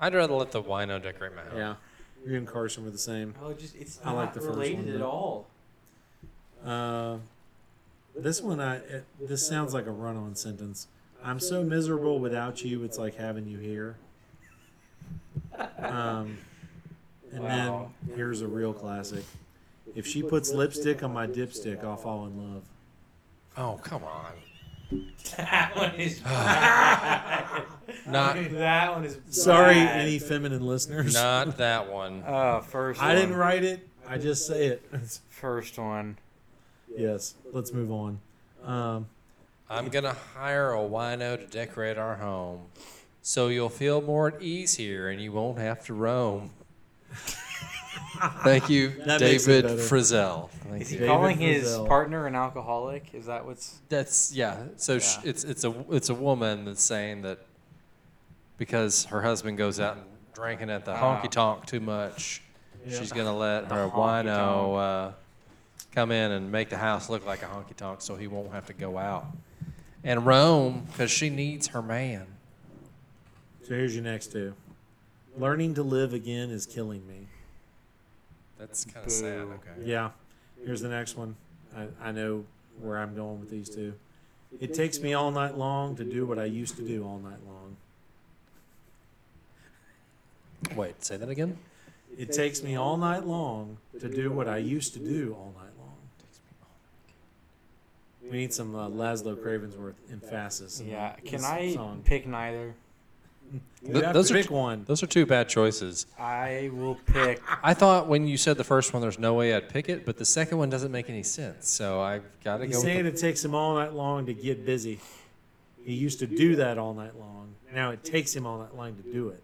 B: I'd rather let the wino decorate my house.
A: Yeah, you and Carson were the same.
C: Oh, just it's
A: I
C: not
A: like the first
C: related
A: one,
C: at
A: though.
C: all.
A: Uh, this one, I it, this sounds like a run-on sentence. I'm so miserable without you. It's like having you here. Um, and
C: Wow.
A: then here's a real classic. If she puts lipstick on my dipstick, I'll fall in love.
B: Oh come on.
C: That one is bad.
B: Not
C: that one is
A: Sorry,
C: bad.
A: any feminine listeners.
B: not that one.
C: Uh, first.
A: I
C: one.
A: didn't write it. I just say it.
C: First one.
A: yes. Let's move on. Um,
B: I'm gonna hire a wino to decorate our home, so you'll feel more at ease here and you won't have to roam. Thank you,
A: That makes it
B: David
A: better.
B: Frizzell. Thank
C: Is he
B: you.
A: David
C: calling his
A: Frizzell.
C: partner an alcoholic? Is that what's?
B: That's yeah. So sh
C: Yeah.
B: it's it's a it's a woman that's saying that because her husband goes out and drinking at the
C: Ah.
B: honky tonk too much,
A: Yeah.
B: she's gonna let
C: The
B: her
C: honky
B: wino uh, come in and make the house look like a honky tonk, so he won't have to go out and roam because she needs her man.
A: so here's your next two. Learning to live again is killing me.
B: That's kind of sad.
C: Boo.
B: Okay.
A: Yeah. Here's the next one. I, I know where I'm going with these two. It takes me all night long to do what I used to do all night long.
B: Wait, say that again.
A: It takes me all night long to do what I used to do all night long. We need some uh, Laszlo Cravensworth emphasis. in
C: Yeah. Can
A: this
C: I
A: Song.
C: pick neither?
A: You
B: Th-
A: have
B: those
A: to
B: are
A: pick
B: t-
A: one.
B: Those are two bad choices.
C: I will pick.
B: I thought when you said the first one, there's no way I'd pick it, but the second one doesn't make any sense. So I've got to
A: He's
B: go. With
A: saying
B: the,
A: it takes him all night long to get busy. He used to do that all night long. Now it takes him all night long to do it.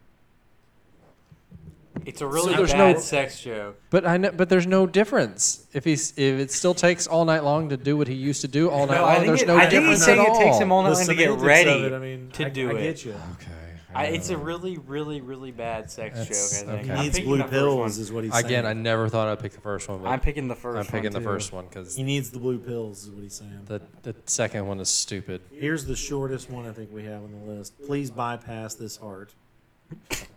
C: It's a really
B: So there's
C: bad
B: no-
C: sex joke.
B: but I know, but there's no difference if he's if it still takes all night long to do what he used to do all night
C: No, I
B: long.
C: think
B: There's
C: it-
B: no
C: I think he's
B: difference
C: saying
B: at
C: it
B: all.
C: takes him all night
A: The
C: long to get
A: semantics of
C: ready.
A: it, I mean,
C: to
A: I,
C: do
A: I
C: it.
A: get you.
B: Okay.
C: I, it's a
B: uh,
C: really, really, really bad sex
B: That's-
C: joke. I think.
B: okay.
A: He
B: I'm
A: needs
C: picking
A: blue
C: the first
A: pills,
C: one.
A: is what he's
B: Again, I
A: saying.
B: never thought I'd pick the first one, but
C: I'm
B: I'm,
C: picking the first.
B: picking
C: one
B: the
C: too.
B: first one because
A: He needs the blue pills, is what he's saying.
B: the the second one is stupid.
A: Here's the shortest one I think we have on the list. Please bypass this heart.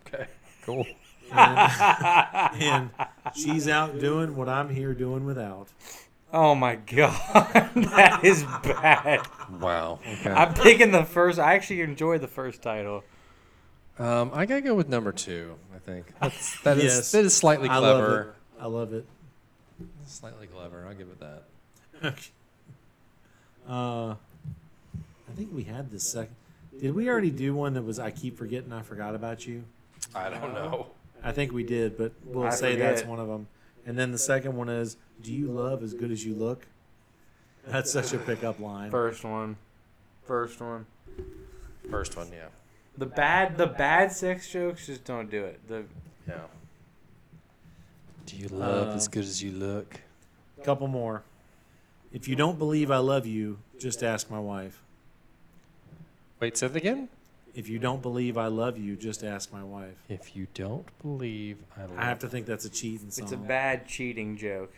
B: Okay. Cool.
A: And she's out doing what I'm here doing without.
C: Oh my god, that is bad.
B: Wow. Okay.
C: I'm picking the first. I actually enjoyed the first title.
B: um, I gotta go with number two. I think that's that is
A: Yes.
B: that is slightly
A: I
B: clever.
A: love it. I love it.
B: Slightly clever. I'll give it that.
A: Uh, I think we had this second. Did we already do one that was I keep forgetting I forgot about you?
B: I don't know.
A: I think we did, but we'll
C: I
A: say that's
C: forget.
A: one of them. And then the second one is Do you love as good as you look? That's such a pickup line.
C: First one. First one.
B: First one, yeah.
C: The bad, the bad sex jokes just don't do it. The
B: Yeah. Do you love
A: Uh,
B: as good as you look?
A: Couple more. If you don't believe I love you, just ask my wife.
B: Wait, say that again.
A: If you don't believe I love you, just ask my wife.
B: If you don't believe I love
A: I have to think that's a cheating song.
C: It's a bad cheating joke.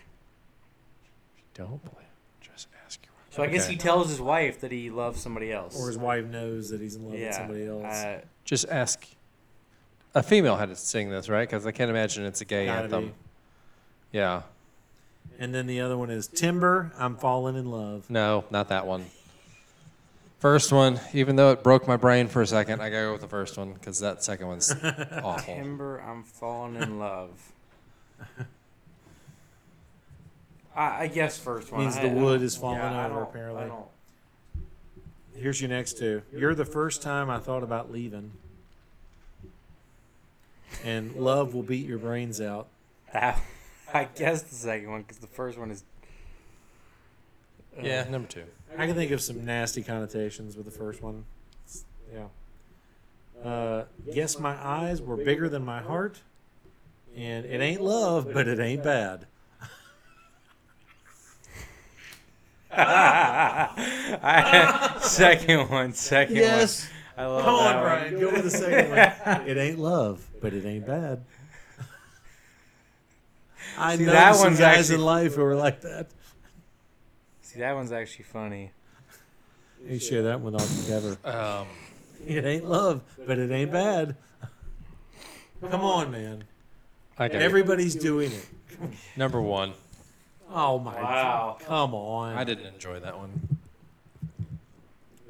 B: you, don't believe, just ask your wife.
C: So I guess
B: Okay.
C: he tells his wife that he loves somebody else.
A: or his wife knows that he's in love
C: yeah,
A: with somebody else.
C: uh,
B: Just ask. A female had to sing this, right? Because I can't imagine it's a gay
A: Gotta
B: anthem.
A: be.
B: Yeah.
A: And then the other one is Timber, I'm falling in love.
B: No, not that one. First one, even though it broke my brain for a second, I gotta go with the first one because that second one's awful.
C: Timber, I'm falling in love. I, I guess first one
A: Means
C: I-
A: the
C: I
A: wood
C: don't-
A: is falling
C: yeah, I
A: over,
C: don't-
A: apparently.
C: I don't-
A: Here's your next two. You're the first time I thought about leaving. And love will beat your brains out.
C: That, I guess the second one because the first one is
B: Yeah, number two.
A: I can think of some nasty connotations with the first one. It's- yeah. Uh, yes, my eyes were bigger than my heart, and it ain't love, but it ain't bad.
C: I, second one, second
D: Yes.
C: one. I love
A: Come
C: that
A: on,
C: one.
A: Brian, go with the second one. It ain't love, but it ain't bad. I
C: See,
A: know
C: that
A: some
C: one's
A: guys
C: actually-
A: in life who are like that.
C: See, that one's actually funny.
A: You share that one all together.
B: Um,
A: It ain't love, but it ain't bad. Come on, man.
B: I got Every-
A: Everybody's doing it.
B: number one.
A: Oh my
C: Wow.
A: god. Come on.
B: I didn't enjoy that one.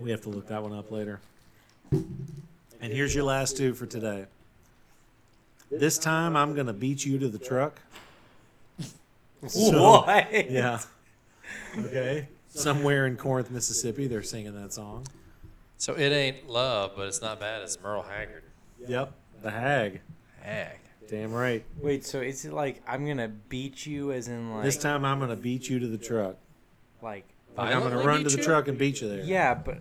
A: We have to look that one up later. And here's your last two for today. This time I'm gonna beat you to the truck. So-
C: what?
A: Yeah. Okay. Somewhere in Corinth, Mississippi, they're singing that song.
B: So it ain't love, but it's not bad. It's Merle Haggard.
A: Yep. The Hag.
B: Hag.
A: Damn right.
C: Wait, so is it like I'm gonna beat you, as in like
A: This time I'm gonna beat you to the truck.
C: like
A: Like, I'm gonna
B: Violently
A: run
B: beat
A: to the
B: you?
A: truck and beat you there.
C: yeah, but
B: Are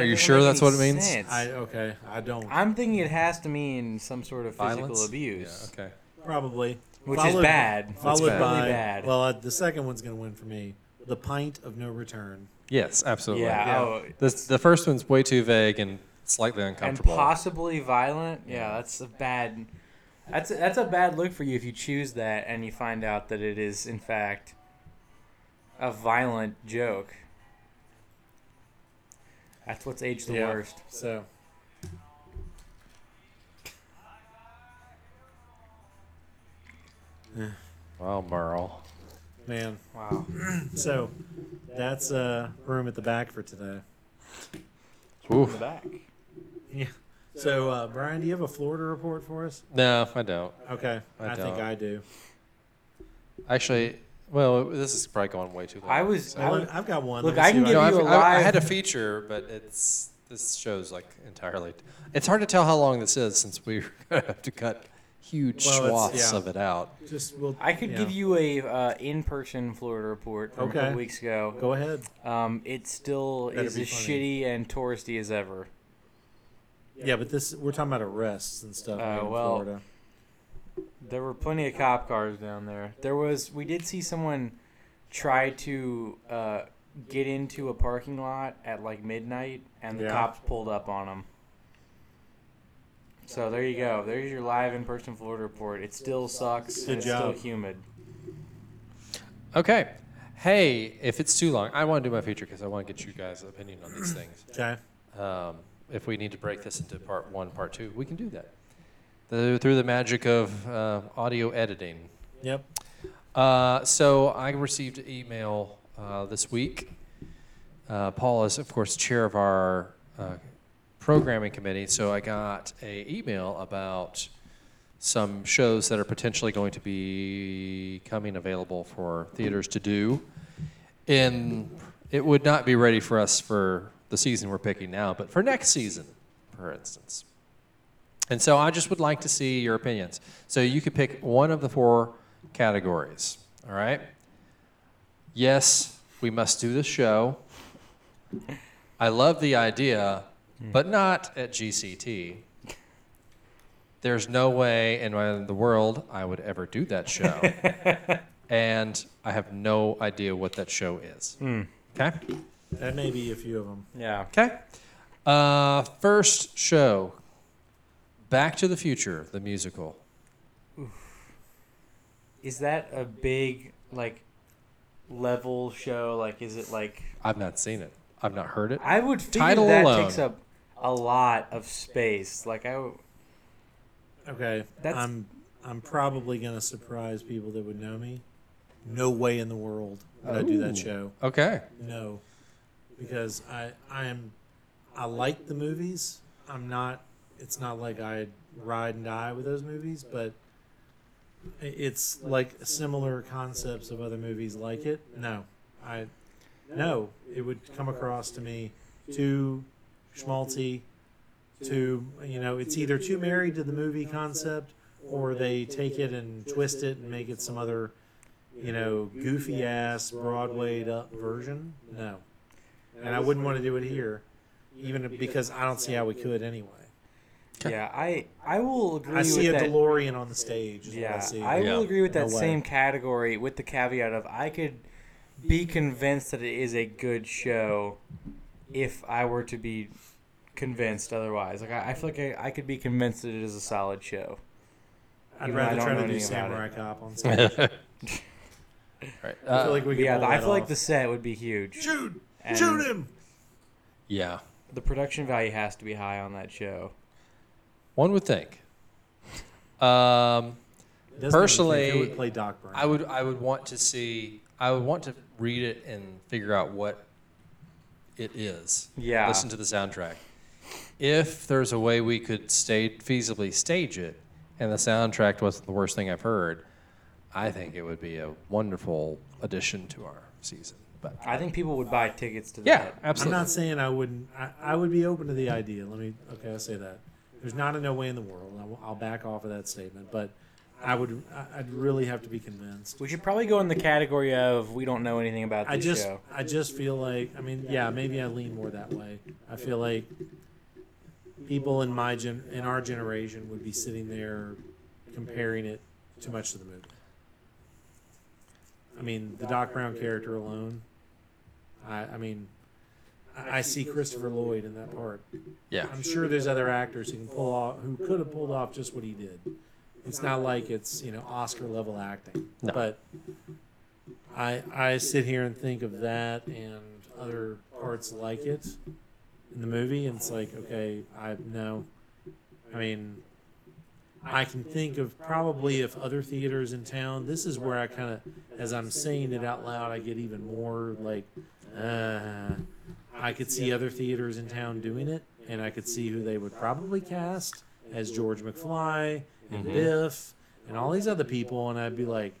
C: that
B: you
C: doesn't
B: sure
C: make
B: that's
C: any
B: what it means?
C: sense.
A: I okay. I don't.
C: I'm thinking it has to mean some sort of physical
B: Violence?
C: abuse,
B: Yeah, okay.
A: Probably.
C: which is bad.
A: Followed
C: it's really
A: by
C: bad.
A: well, uh, the second one's gonna win for me. The pint of no return.
B: Yes, absolutely.
C: yeah,
A: yeah.
C: oh,
B: The, the first one's way too vague and slightly
C: and
B: uncomfortable.
C: possibly violent. Yeah, that's a bad. That's a, that's a bad look for you if you choose that and you find out that it is in fact a violent joke. That's what's aged the
A: Yeah.
C: worst.
A: So.
B: wow, Merle.
A: Man,
C: Wow.
A: so that's uh, room at the back for today.
B: Oof.
C: back.
A: So, uh, Brian, do you have a Florida report for us?
B: No, I don't.
A: Okay, I,
B: I
A: think
B: don't.
A: I do.
B: Actually, well, this is probably going way too long.
C: I was-
B: so-
A: I look, I've got one.
C: Look,
A: Let me
C: I
A: see
C: can
A: what
C: give
B: No,
C: you
B: I've-
C: a
B: I, I
C: live-
B: had a feature, but it's this show's like entirely. It's hard to tell how long this is since we have to cut huge
A: Well, it's-
B: swaths
A: yeah.
B: of it out.
A: Just we'll,
C: I could
A: yeah.
C: give you a uh, in-person Florida report from a
A: Okay.
C: couple weeks ago.
A: Go ahead.
C: Um, it still
A: Better
C: is
A: be
C: as
A: funny.
C: shitty and touristy as ever.
A: Yeah, but this we're talking about arrests and stuff
C: Uh,
A: in
C: well,
A: Florida.
C: There were plenty of cop cars down there. There was. We did see someone try to uh, get into a parking lot at like midnight, and the
A: Yeah.
C: cops pulled up on him. So there you go. There's your live in-person Florida report. It still sucks.
A: Good
C: and
A: job.
C: It's still humid.
B: Okay. Hey, if it's too long, I want to do my feature because I want to get you guys' opinion on these things.
A: Okay.
B: Um, if we need to break this into part one, part two, we can do that. The, through the magic of uh, audio editing.
A: Yep.
B: Uh, so I received an email uh, this week. Uh, Paul is, of course, chair of our uh, programming committee. So I got a email about some shows that are potentially going to be coming available for theaters to do. And it would not be ready for us for the season we're picking now, but for next season, for instance. And so I just would like to see your opinions. So you could pick one of the four categories. All right. Yes, we must do this show. I love the idea, but not at GCT. There's no way in my- the world I would ever do that show. and I have no idea what that show is. Okay.
A: That may be a few of them.
C: Yeah.
B: Okay. Uh, first show Back to the Future, the musical.
C: Is that a big like level show? Like, is it like?
B: I've not seen it, I've not heard it.
C: I would figure
B: Title
C: that
B: alone.
C: takes up a lot of space. Like I, w-
A: Okay.
C: That's-
A: I'm I'm probably gonna surprise people that would know me. No way in the world would I do that show.
B: Okay.
A: No, because I I am I like the movies. I'm not. It's not like I ride and die with those movies, but i- it's like similar concepts of other movies like it. No, I no. It would come across to me too schmaltzy, too you know. It's either too married to the movie concept, or they take it and twist it and make it some other you know, goofy ass Broadwayed up version. No. And I wouldn't want to do it here, even because I don't see how we could anyway.
C: Yeah, I I will agree
A: I see a
C: with that.
A: DeLorean on the stage. Is what I
C: yeah,
A: see.
C: I
B: Yeah.
C: will agree with
A: No
C: that
A: way.
C: same category with the caveat of I could be convinced that it is a good show if I were to be convinced otherwise. Like I, I feel like I, I could be convinced that it is a solid show.
A: I'd
C: even though I
A: rather
C: don't
A: try
C: know
A: to do
C: anything about
A: Samurai Cop on
B: All
A: stage.
B: right.
A: I feel
B: Uh,
A: like we
C: But
A: could
C: yeah,
A: pull
C: I
A: that
C: feel like
A: off.
C: the set would be huge.
A: shoot,
C: And
A: shoot him.
B: yeah.
C: The production value has to be high on that show.
B: One would think. Um,
A: It does
B: Personally,
A: make me think who would play Doc Brown?
B: I would I would want to see I would want to read it and figure out what it is.
C: Yeah.
B: Listen to the soundtrack. If there's a way we could state feasibly stage it and the soundtrack wasn't the worst thing I've heard, I think it would be a wonderful addition to our season. But
C: I think people would buy tickets to
B: yeah,
C: that.
A: I'm
B: absolutely.
A: not saying I wouldn't. I, I would be open to the idea. Let me. Okay, I say that. There's not a no way in the world. I will- I'll back off of that statement, but I would. I- I'd really have to be convinced.
C: We should probably go in the category of we don't know anything about this
A: I just.
C: show.
A: I just feel like. I mean, yeah, maybe I lean more that way. I feel like people in my gen in our generation would be sitting there comparing it too much to the movie. I mean, the Doc Brown character alone. I. I mean. I I see Christopher Lloyd in that part.
B: yeah.
A: I'm sure there's other actors who can pull off, who could have pulled off just what he did. It's not like it's you know Oscar level acting,
B: No.
A: but I I sit here and think of that and other parts like it in the movie, and it's like okay, I no, I mean, I can think of probably if other theaters in town. This is where I kind of, as I'm saying it out loud, I get even more like, uh, I could see other theaters in town doing it, and I could see who they would probably cast as George McFly and
C: Mm-hmm.
A: Biff and all these other people, and I'd be like,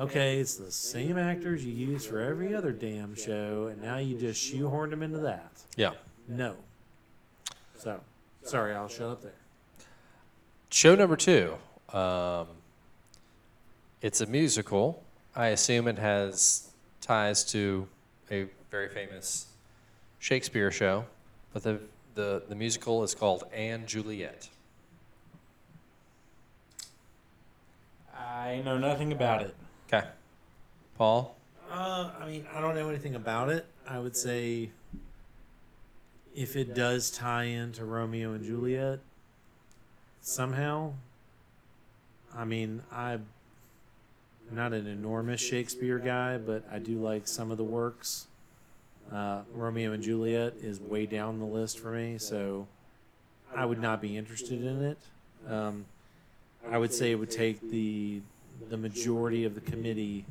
A: okay, it's the same actors you use for every other damn show, and now you just shoehorned them into that.
B: Yeah.
A: No. So, sorry, I'll shut up there.
B: Show number two. Um, it's a musical. I assume it has ties to a very famous Shakespeare show, but the the, the musical is called Anne Juliet.
C: I know nothing about it.
B: Okay, Paul.
A: Uh, I mean, I don't know anything about it. I would say if it does tie into Romeo and Juliet somehow, I mean, I'm not an enormous Shakespeare guy, but I do like some of the works. Uh, Romeo and Juliet is way down the list for me, so I would not be interested in it. Um, I would say it would take the the majority of the committee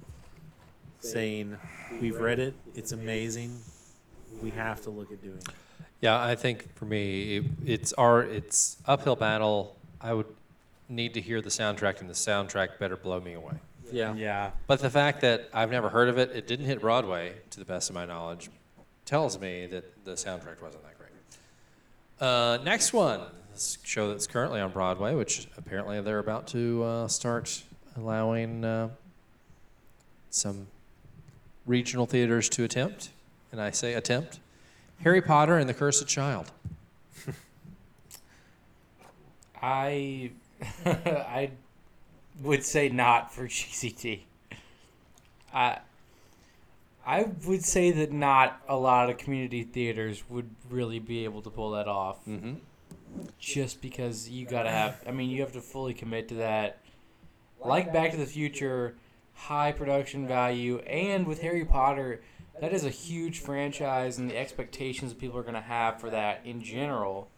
A: saying, "We've read it. It's amazing. We have to look at doing it."
B: Yeah, I think for me, it, it's our it's uphill battle. I would need to hear the soundtrack, and the soundtrack better blow me away.
A: Yeah.
C: Yeah.
B: But the fact that I've never heard of it, it didn't hit Broadway, to the best of my knowledge, tells me that the soundtrack wasn't that great. Uh, next one, this show that's currently on Broadway, which apparently they're about to uh, start allowing uh, some regional theaters to attempt, and I say attempt, Harry Potter and the Cursed Child.
C: I I would say not for GCT. I I would say that not a lot of community theaters would really be able to pull that off.
B: Mm-hmm.
C: Just because you gotta have, I mean, you have to fully commit to that. Like Back to the Future, high production value, and with Harry Potter, that is a huge franchise, and the expectations that people are gonna have for that in general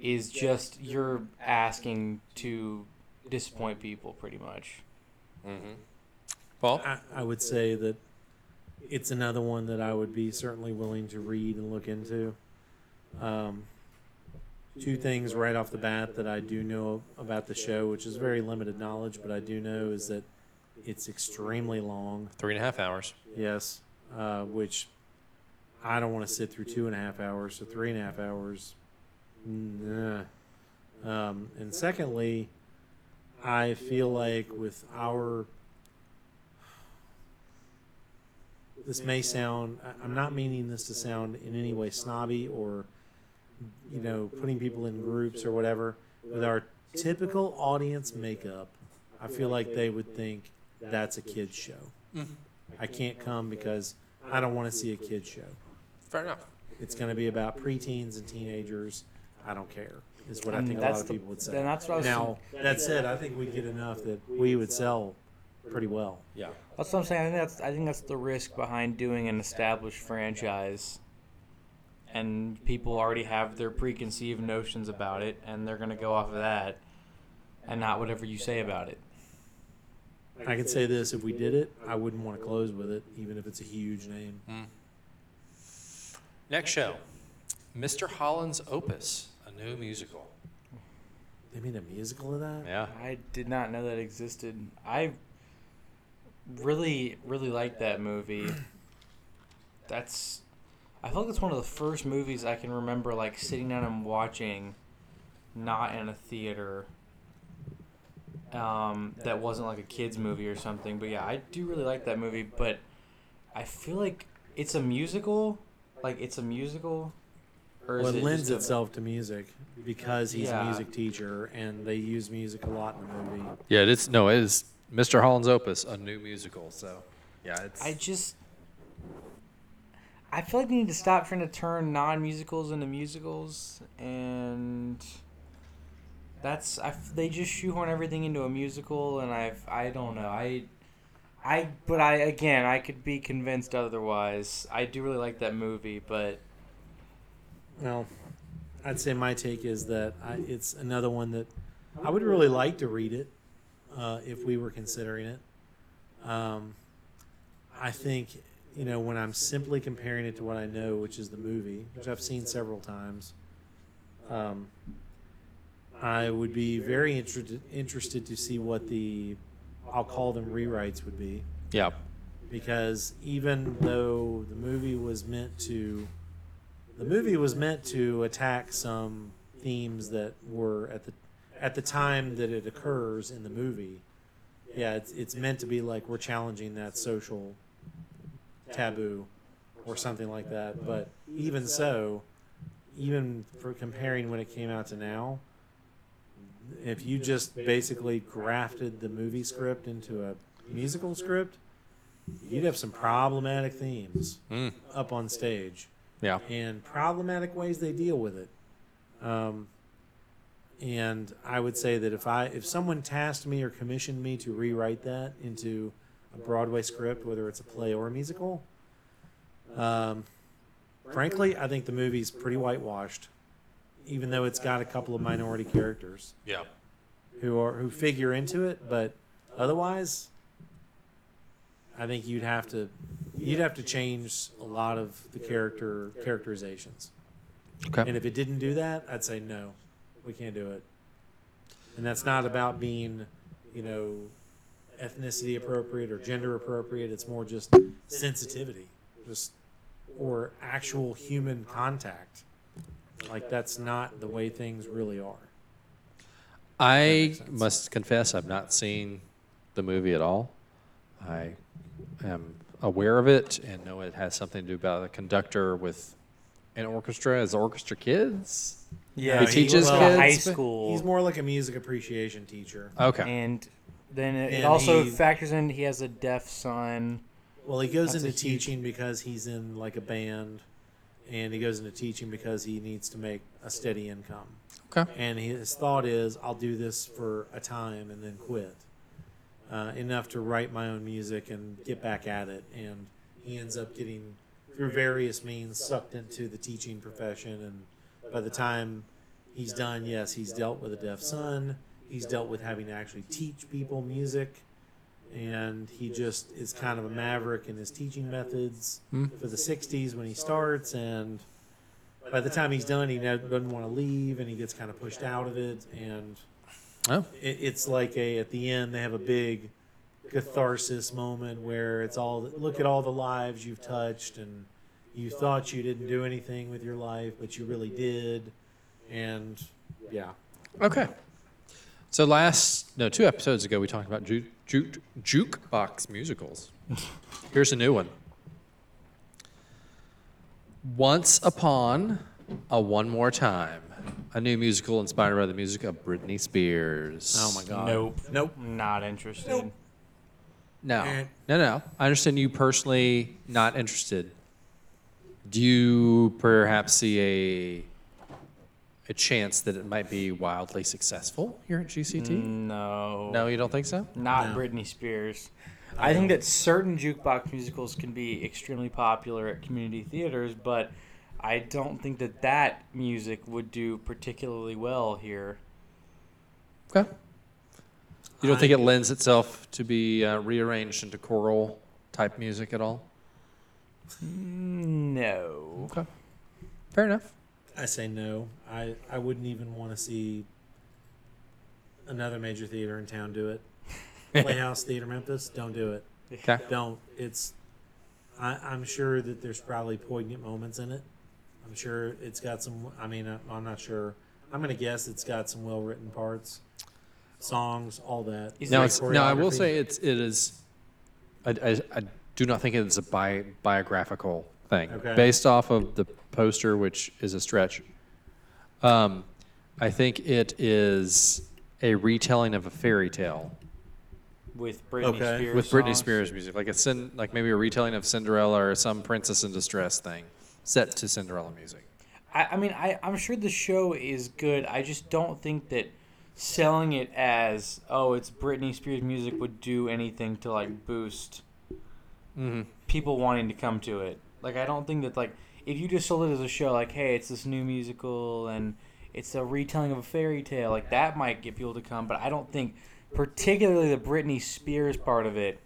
C: is just you're asking to disappoint people pretty much.
B: Mm-hmm. Paul?
A: I, I would say that it's another one that I would be certainly willing to read and look into. Um, two things right off the bat that I do know about the show, which is very limited knowledge, but I do know is that it's extremely long.
B: Three and a half hours.
A: Yes, uh, which I don't want to sit through two and a half hours, so three and a half hours. Nah. Um, and secondly, I feel like with our this may sound, I- I'm not meaning this to sound in any way snobby or, you know, putting people in groups or whatever. With our typical audience makeup, I feel like they would think that's a kid's show. I can't come because I don't want to see a kid's show.
B: Fair enough.
A: It's going to be about preteens and teenagers. I don't care, is what I
C: And
A: think a
C: that's
A: lot of
C: the-
A: people would
C: then
A: say.
C: that's what I was
A: Now, that said, I think we'd get enough that we would sell pretty well.
B: Yeah.
C: That's what I'm saying. I think that's I think that's the risk behind doing an established franchise. And people already have their preconceived notions about it, and they're gonna go off of that, and not whatever you say about it.
A: I can say this: if we did it, I wouldn't want to close with it, even if it's a huge name.
B: Next show, Mr. Holland's Opus, a new musical.
A: They made a musical of that.
B: Yeah.
C: I did not know that existed. I really, really liked that movie. That's, I feel like it's one of the first movies I can remember like sitting down and watching, not in a theater. Um, that wasn't like a kids movie or something. But yeah, I do really like that movie. But I feel like it's a musical. Like it's a musical. Or
A: Well,
C: is
A: it
C: it
A: lends
C: just a-
A: itself to music because he's
C: Yeah.
A: a music teacher, and they use music a lot in the movie.
B: Yeah, it's no, it is Mr. Holland's Opus, a new musical. So, yeah, it's
C: I just I feel like we need to stop trying to turn non musicals into musicals and that's I f they just shoehorn everything into a musical and I've I don't know I I but I again I could be convinced otherwise I do really like that movie but
A: Well, I'd say my take is that I, it's another one that I would really like to read it uh, if we were considering it. Um, I think, you know, when I'm simply comparing it to what I know, which is the movie, which I've seen several times, um, I would be very interested interested to see what the, I'll call them rewrites would be
B: yeah,
A: because even though the movie was meant to the movie was meant to attack some themes that were at the at the time that it occurs in the movie yeah it's, it's meant to be like we're challenging that social taboo or something like that but even so even for comparing when it came out to now if you just basically grafted the movie script into a musical script you'd have some problematic themes
B: Mm.
A: up on stage
B: yeah,
A: and problematic ways they deal with it. Um, and I would say that if I if someone tasked me or commissioned me to rewrite that into a Broadway script, whether it's a play or a musical, um, frankly, I think the movie's pretty whitewashed, even though it's got a couple of minority characters
B: yeah.
A: who are who figure into it, but otherwise, I think you'd have to you'd have to change a lot of the character characterizations.
B: Okay.
A: And if it didn't do that, I'd say no, we can't do it. And that's not about being, you know, ethnicity appropriate or gender appropriate. It's more just sensitivity, just or actual human contact. Like that's not the way things really are.
B: I
A: makes sense.
B: must confess, I've not seen the movie at all. I am aware of it and know it has something to do about a conductor with an orchestra as orchestra kids.
A: Yeah,
B: Who
A: he-
B: teaches
A: well,
B: kids?
C: high school
A: He's more like a music appreciation teacher.
B: Okay.
C: and then it
A: And
C: also
A: he-
C: factors in he has a deaf son
A: Well, he goes
C: That's a
A: into
C: huge-
A: teaching because he's in like a band, and he goes into teaching because he needs to make a steady income.
B: Okay.
A: And his thought is, I'll do this for a time and then quit. Uh, enough to write my own music and get back at it. And he ends up getting, through various means, sucked into the teaching profession. And by the time he's done, yes, he's dealt with a deaf son. He's dealt with having to actually teach people music. And he just is kind of a maverick in his teaching methods
B: Hmm.
A: for the 60s when he starts. And by the time he's done, he no- doesn't want to leave, and he gets kind of pushed out of it. And
B: Oh.
A: it, it's like a at the end they have a big catharsis moment where it's all look at all the lives you've touched, and you thought you didn't do anything with your life, but you really did. And yeah,
B: Okay. So last no two episodes ago we talked about ju- ju- jukebox musicals. Here's a new one. Once Upon a One More Time, a new musical inspired by the music of Britney Spears.
A: Oh my god.
C: Nope.
A: Nope.
C: Not interested.
A: Nope.
B: No,
A: Eh.
B: no, no. I understand you personally not interested. Do you perhaps see a a chance that it might be wildly successful here at GCT?
C: No.
B: No, you don't think so.
C: Not
A: No.
C: Britney Spears. I think that certain jukebox musicals can be extremely popular at community theaters, but I don't think that that music would do particularly well here.
B: Okay. You don't
A: I-
B: think it lends itself to be uh, rearranged into choral type music at all?
C: No.
B: Okay. Fair enough.
A: I say no. I, I wouldn't even want to see another major theater in town do it. Playhouse Theater Memphis, don't do it.
B: Okay.
A: Don't. It's. I, I'm sure that there's probably poignant moments in it. I'm sure it's got some. I mean, I, I'm not sure. I'm gonna guess it's got some well written parts, songs, all that.
C: Is
B: No,
C: there
B: it's, no, I will
A: choreography.
B: say it's it is. I, I, I do not think it's a bi- biographical thing
A: Okay.
B: based off of the poster, which is a stretch. Um, I think it is a retelling of a fairy tale
C: With Britney
A: Okay.
C: Spears.
B: with Britney
C: songs.
B: Spears music, like a cin- like maybe a retelling of Cinderella or some princess in distress thing set to Cinderella music.
C: I, I mean, I, I'm sure the show is good. I just don't think that selling it as, oh, it's Britney Spears music would do anything to, like, boost
B: Mhm.
C: people wanting to come to it. Like, I don't think that, like, if you just sold it as a show, like, hey, it's this new musical and it's a retelling of a fairy tale, like, that might get people to come, but I don't think, particularly the Britney Spears part of it,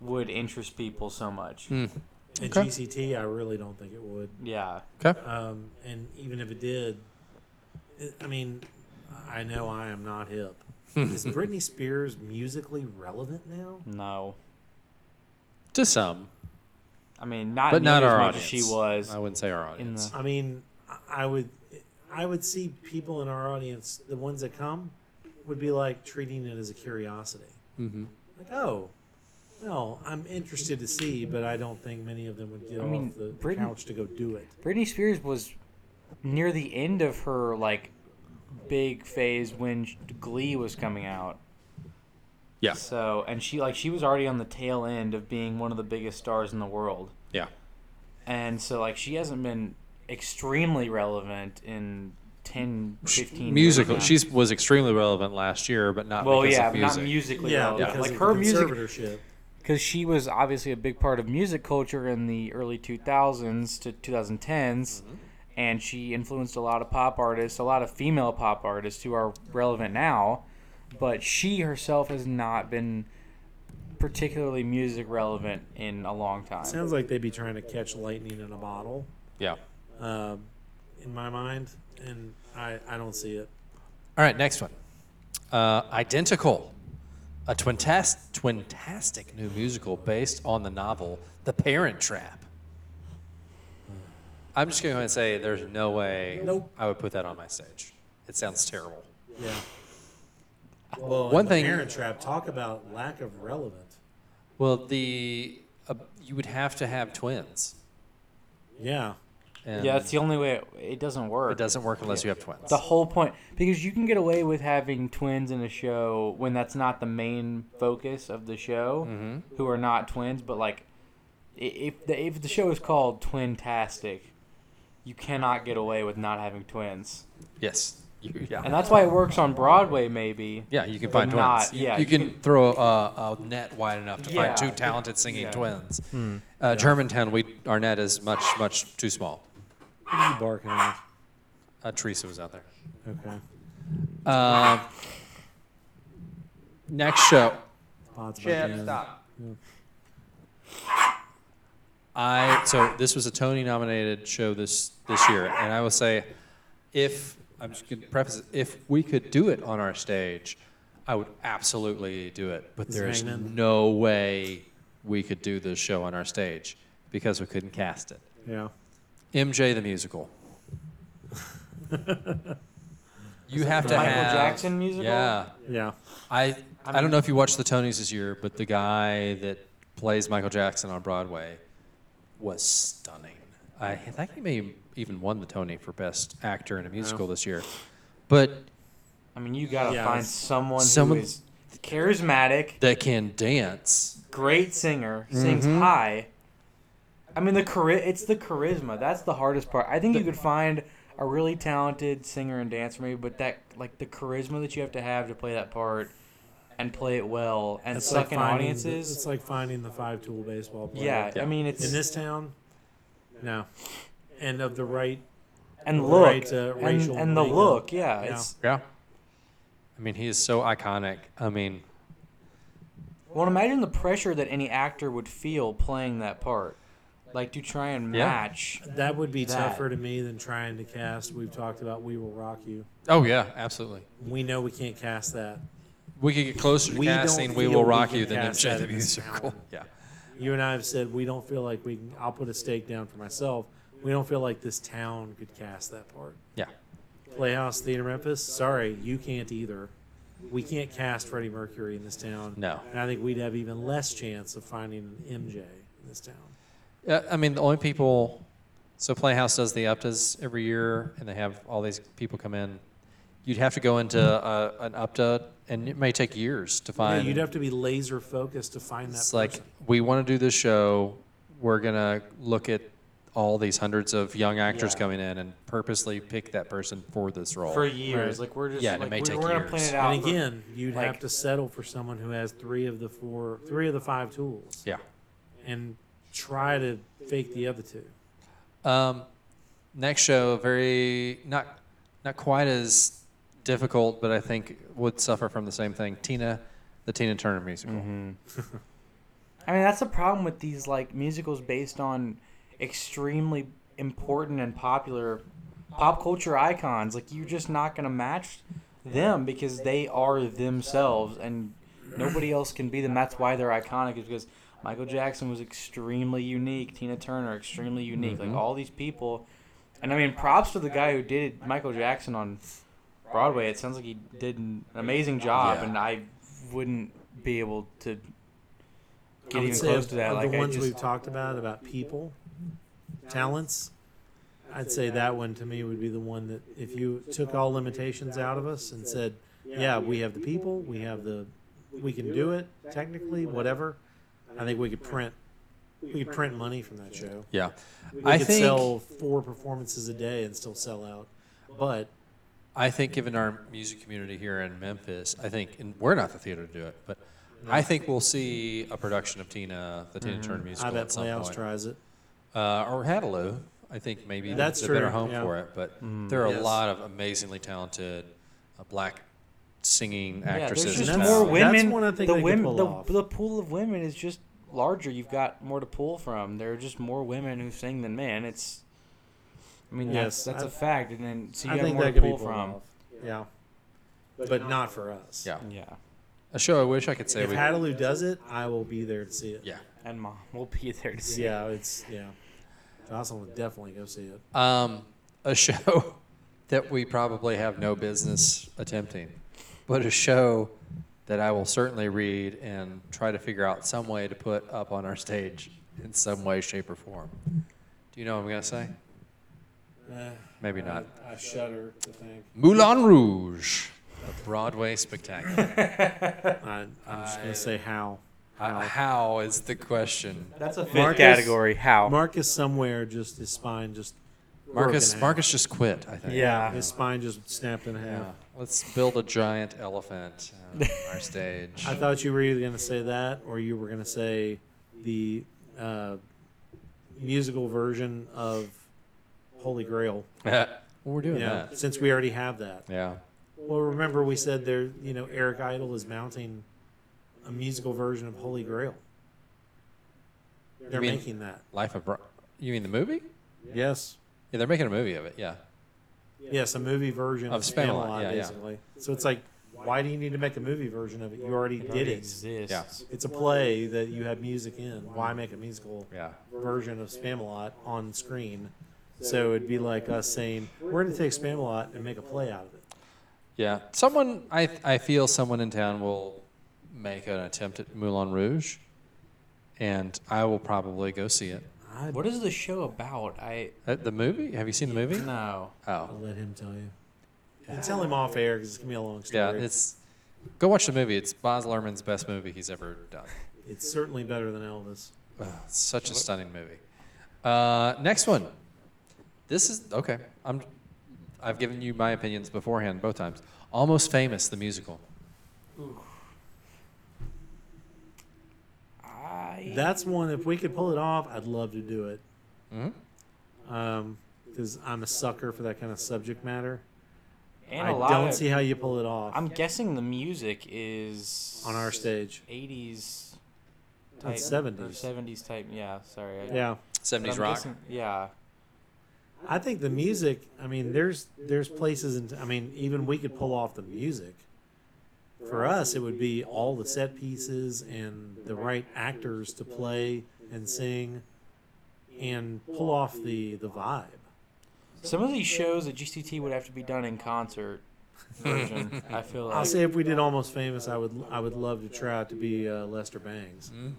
C: would interest people so much.
B: Hmm.
A: At
B: Okay.
A: GCT, I really don't think it would.
C: Yeah.
B: Okay.
A: Um, and even if it did, it, I mean, I know I am not hip. Is Britney Spears musically relevant now?
C: No.
B: To some,
C: I mean, not,
B: but not
C: nearly as
B: our
C: much
B: audience.
C: as she was.
B: I wouldn't uh, say our audience.
C: Mm.
A: I mean, I- I would, I would see people in our audience, the ones that come, would be like treating it as a curiosity.
B: hmm
A: Like, oh, no, I'm interested to see, but I don't think many of them would get
C: I mean,
A: off the
C: Britney-
A: couch to go do it.
C: Britney Spears was near the end of her like big phase when sh- Glee was coming out.
B: Yeah.
C: So and she like she was already on the tail end of being one of the biggest stars in the world,
B: Yeah.
C: and so like she hasn't been extremely relevant in 10, 15
B: musical.
C: Years now.
B: She was extremely relevant last year, but not
C: well,
B: because
C: yeah,
B: of music.
C: not musically
A: Yeah,
C: relevant.
A: because
C: Like
A: of
C: her
A: the
C: music
A: conservatorship.
C: because she was obviously a big part of music culture in the early 2000s to 2010s and she influenced a lot of pop artists a lot of female pop artists who are relevant now but she herself has not been particularly music relevant in a long time
A: Sounds like they'd be trying to catch lightning in a bottle,
B: Yeah.
A: um, in my mind, and I, I don't see it.
B: All right, next one. Uh, Identical, a twintas- twintastic new musical based on the novel The Parent Trap. I'm just going to say there's no way
A: Nope.
B: I would put that on my stage. It sounds terrible.
A: Yeah. Well,
B: One
A: one
B: thing-
A: thing. Parent Trap. Talk about lack of relevant.
B: Well, the uh, you would have to have twins.
A: Yeah.
B: And
C: yeah that's the only way it, it doesn't work
B: it doesn't work unless you have twins.
C: the whole point because you can get away with having twins in a show when that's not the main focus of the show
B: Mm-hmm.
C: who are not twins but like i- if the, if the show is called twintastic you cannot get away with not having twins
B: yes. You- yeah.
C: and that's why it works on broadway maybe
B: Yeah, you can find
C: not-
B: twins. You-
C: yeah,
B: you,
C: you
B: can, throw a, a net wide enough to
C: Yeah.
B: find two talented singing
C: Yeah.
B: twins. Uh, Germantown, we our net is much much too small.
A: What are you barking at?
B: Uh, Teresa was out there.
A: Okay.
B: Uh, next show.
A: Pod's about to end.
B: I so this was a Tony nominated show this this year, and I will say, if I'm just gonna preface it, if we could do it on our stage, I would absolutely do it. But
A: Ms.
B: there is
A: Hagman.
B: no way we could do this show on our stage because we couldn't cast it.
A: Yeah.
B: MJ the musical. you have to
C: the Michael
B: have
C: Jackson musical?
B: Yeah,
A: Yeah.
B: I I don't know if you watched the Tonys this year, but the guy that plays Michael Jackson on Broadway was stunning. I think he may even won the Tony for Best Actor in a
A: Oh.
B: Musical this year. But
C: I mean, you gotta
A: Yeah,
C: find
A: it's-
C: someone,
B: someone-
C: who is charismatic,
B: that can dance.
C: great singer, sings
A: Mm-hmm.
B: Mhm.
C: high. I mean, the chari- it's the charisma. That's the hardest part. I think you could find a really talented singer and dancer, maybe, but that like the charisma that you have to have to play that part and play it well and
A: It's
C: suck
A: finding
C: in
A: the-
C: audiences.
A: it's like finding the five tool baseball player.
C: yeah,
B: Yeah.
C: I mean, it's
A: In this town, no. And of the right,
C: and
A: the
C: look
A: right, uh,
C: and,
A: racial
C: and the
A: makeup.
C: look. Yeah,
A: Yeah.
C: it's
B: Yeah. I mean, he is so iconic. I mean,
C: well, imagine the pressure that any actor would feel playing that part, like to try and
B: Yeah.
C: match.
A: That would be
C: That.
A: tougher to me than trying to cast. We've talked about We Will Rock You.
B: oh yeah, absolutely.
A: We know we can't cast that.
B: We could get closer to
A: We don't
B: casting We
A: feel
B: Will
A: we
B: Rock
A: can
B: You than
A: cast
B: MJ
A: that
B: the
A: in this
B: Musical.
A: album.
B: Yeah.
A: You and I have said we don't feel like we can. I'll put a stake down for myself. We don't feel like this town could cast that part.
B: Yeah.
A: Playhouse Theater Memphis, sorry, you can't either. We can't cast Freddie Mercury in this town.
B: No.
A: And I think we'd have even less chance of finding an MJ in this town.
B: Yeah, I mean, the only people. So Playhouse does the UPTAs every year, and they have all these people come in. You'd have to go into uh, an UPTA, and it may take years to
A: Yeah,
B: find.
A: you'd have to be laser focused to find that
B: it's
A: person.
B: like we want to do this show. We're gonna look at all these hundreds of young actors
C: Yeah.
B: coming in and purposely pick that person for this role.
C: For years,
A: Right.
C: like we're just
B: Yeah, and it
C: like,
B: may
C: we're,
B: take
C: we're gonna
B: years.
C: plan it out.
A: and
C: for-
A: again, you'd
C: like-
A: have to settle for someone who has three of the four, three of the five tools,
B: yeah.
A: and try to fake the other two.
B: Um, next show, very not not quite as difficult, but I think would suffer from the same thing. Tina, the Tina Turner musical.
A: Mm-hmm.
C: I mean, that's the problem with these like musicals based on extremely important and popular pop culture icons. Like you're just not gonna match them because they are themselves, and nobody else can be them. That's why they're iconic. Is because Michael Jackson was extremely unique, Tina Turner extremely unique. Like all these people, and I mean, props to the guy who did Michael Jackson on Broadway. It sounds like he did an amazing job,
B: Yeah.
C: and I wouldn't be able to
A: I
C: get
A: would
C: even
A: say
C: close
A: of-
C: to that.
A: of
C: Like
A: the
C: I
A: ones
C: just,
A: we've talked about about people, talents. I'd say that one to me would be the one that if you took all limitations out of us and said, "Yeah, we have the people, we have the, we can do it technically, whatever," I think we could print, we could print money from that show.
B: Yeah.
A: We
B: I
A: could
B: think-
A: sell four performances a day and still sell out. But
B: I think given our music community here in Memphis, I think, and we're not the theater to do it, but I think we'll see a production of Tina, the Tina Turner
A: I
B: musical
A: bet
B: at some
A: Playhouse
B: point.
A: tries it.
B: Uh, or Hadaloo, I think maybe
A: That's
B: the better
A: true,
B: home
A: yeah. Mm-hmm.
B: for it. But there are
A: Yes.
B: a lot of amazingly talented uh, black singing
C: yeah, there's
B: actresses.
C: just
A: and
B: now.
A: that's-
C: more women.
A: that's one I think
C: the
A: they could
C: women,
A: pull
C: the,
A: off.
C: the pool of women is just larger. You've got more to pull from. There are just more women who sing than men. It's, I mean,
A: Yes,
C: that's that's a
A: I-
C: fact. And then so you
A: I
C: have
A: think
C: more
A: that
C: to
A: could be
C: pull
A: pulled
C: from.
A: off. Yeah, but not for us.
B: Yeah.
C: Yeah,
B: A show I wish I could say
A: If
B: we.
A: Hadaloo does it, I will be there to see it.
B: yeah.
C: and mom will be there to see.
A: Yeah, it's yeah. Jocelyn would definitely go see it.
B: Um, a show that we probably have no business attempting, but a show that I will certainly read and try to figure out some way to put up on our stage in some way, shape, or form. Do you know what I'm going to say? Maybe not.
A: Eh, I shudder to think.
B: Moulin Rouge, a Broadway spectacular.
A: I, I'm just gonna say how.
B: Uh, How is the question?
C: That's a fifth
A: Marcus-
C: category. How?
A: Marcus somewhere just his spine just. broke in
B: Marcus,
A: half.
B: Marcus just quit. I think.
C: yeah.
A: His spine just snapped in half.
B: Yeah. Let's build a giant elephant on our stage.
A: I thought you were either gonna say that or you were gonna say the uh, musical version of Holy Grail.
B: We're
A: You
B: doing
A: know,
B: that.
A: since we already have that.
B: Yeah.
A: Well, remember we said there, you know, Eric Idle is mounting a musical version of Holy Grail. They're
B: mean-
A: making that.
B: Life of Bri- You mean the movie?
A: Yes.
B: Yeah, they're making a movie of it. Yeah.
A: Yes, a movie version
B: Of
A: of
B: Spamalot,
A: Spamalot,
B: yeah, yeah.
A: basically. So it's like, why do you need to make a movie version of it? You already
C: It
A: did
C: already
A: it.
C: exists.
B: Yeah.
A: It's a play that you have music in. Why make a musical
B: Yeah.
A: version of Spamalot on screen? So it'd be like us saying, we're going to take Spamalot and make a play out of it.
B: Yeah. Someone, I, I feel someone in town will make an attempt at Moulin Rouge, and I will probably go see it.
A: I I,
C: What is the show about? I
B: Uh, the movie? Have you seen the movie?
C: no.
B: Oh,
A: I'll let him tell you. And tell him off air because it's gonna be a long story.
B: yeah. It's go watch the movie. It's Baz Luhrmann's best movie he's ever done.
A: It's certainly better than Elvis.
B: Ugh, it's such a stunning movie. Uh, next one. This is okay. I'm. I've given you my opinions beforehand both times. Almost Famous, the musical.
C: I
A: That's one. If we could pull it off, I'd love to do it.
C: Hmm?
B: Mhm.
A: Because I'm a sucker for that kind of subject matter.
C: and
A: I
C: a lot
A: don't
C: of,
A: see how you pull it off
C: I'm guessing the music is
A: on our stage.
C: 80s type
A: That's
C: or
A: 70s.
C: 70s type. Yeah, sorry. I-
A: Yeah.
C: but
B: 70s
C: I'm
B: rock.
C: guessing- yeah.
A: I think the music. I mean, there's there's places, and I mean, even we could pull off the music. For us, it would be all the set pieces and the right actors to play and sing, and pull off the the vibe.
C: Some of these shows at GCT would have to be done in concert version. I feel like
A: I'll say if we
B: uh,
A: did Almost Famous, I would I would love to try to be uh, Lester Bangs,
B: Mm.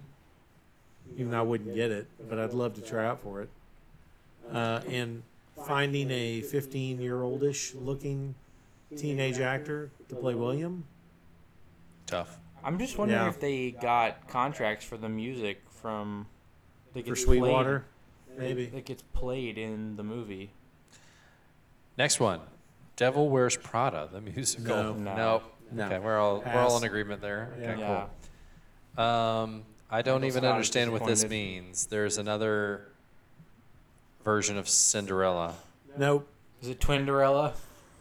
A: even though I wouldn't get it, but I'd love to try out for it. Uh, and finding a 15 year oldish looking teenage actor to play William.
B: Tough.
C: I'm just wondering
A: Yeah.
C: if they got contracts for the music from that
A: for
C: gets
A: Sweetwater, maybe.
C: played, that gets played in the movie.
B: Next one. Devil Wears Prada, the musical.
A: No.
C: No.
B: Nope.
A: No.
B: Okay, we're all we're all
A: Pass.
B: in agreement there.
A: Yeah.
B: Okay,
C: yeah.
B: cool. Um, I don't
C: Michael
B: even
C: Scott is
B: understand what this
C: disappointed.
B: means. There's another version of Cinderella.
A: Nope.
C: Is it Twinderella?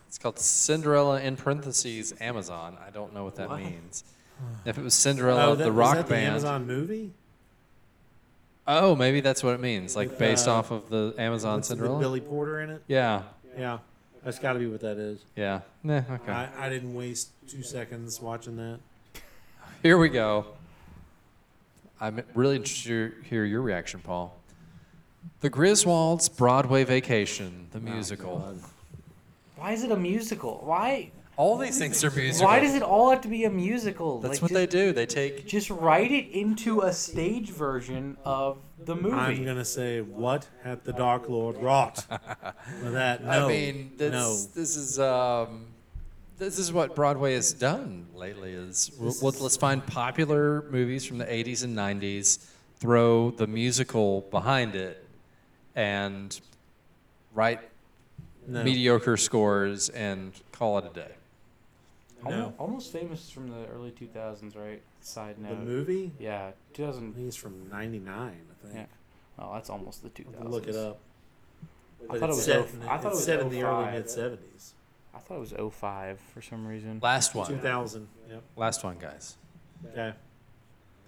B: It's called Cinderella in parentheses Amazon. I don't know what that
C: Why?
B: means. If it was Cinderella,
A: Oh, that-
B: the
A: was
B: rock
A: that The
B: band.
A: Amazon movie.
B: Oh, maybe that's what it means. Like
A: With,
B: based
A: uh,
B: off of the Amazon
A: With
B: Cinderella.
A: Billy Porter in it.
B: yeah.
A: Yeah, that's got to be what that is.
B: Yeah. Nah, okay.
A: I, I didn't waste two seconds watching that.
B: Here we go. I'm really interested to hear your reaction, Paul. The Griswolds Broadway Vacation, the musical.
C: Why is it a musical? Why?
B: All these things are musical.
C: Why does it all have to be a musical?
B: That's
C: like,
B: what
C: just,
B: they do. They take.
C: Just write it into a stage version of the movie.
A: I'm gonna say, what hath the Dark Lord wrought? With that, no,
B: I mean, this
A: no.
B: this is um, this is what Broadway has done lately. Is well, let's find popular movies from the '80s and '90s, throw the musical behind it, and write
A: no.
B: mediocre scores and call it a day.
C: Almo-
A: No.
C: Almost, famous is from the early 2000s, right? Side
A: The
C: note.
A: movie.
C: Yeah,
A: I
C: 2000.
A: think it's from '99. I think.
C: Yeah. Oh, that's almost
A: I
C: the 2000s.
A: have to look it up.
C: I thought it
A: it's
C: was
A: set
C: oh-
A: in the-
C: I thought it
A: it's
C: was
A: set in the early
C: 05.
A: mid '70s,
C: I thought it was 05 for some reason.
B: Last one.
A: 2000. Yep.
B: Last one, guys.
A: Okay.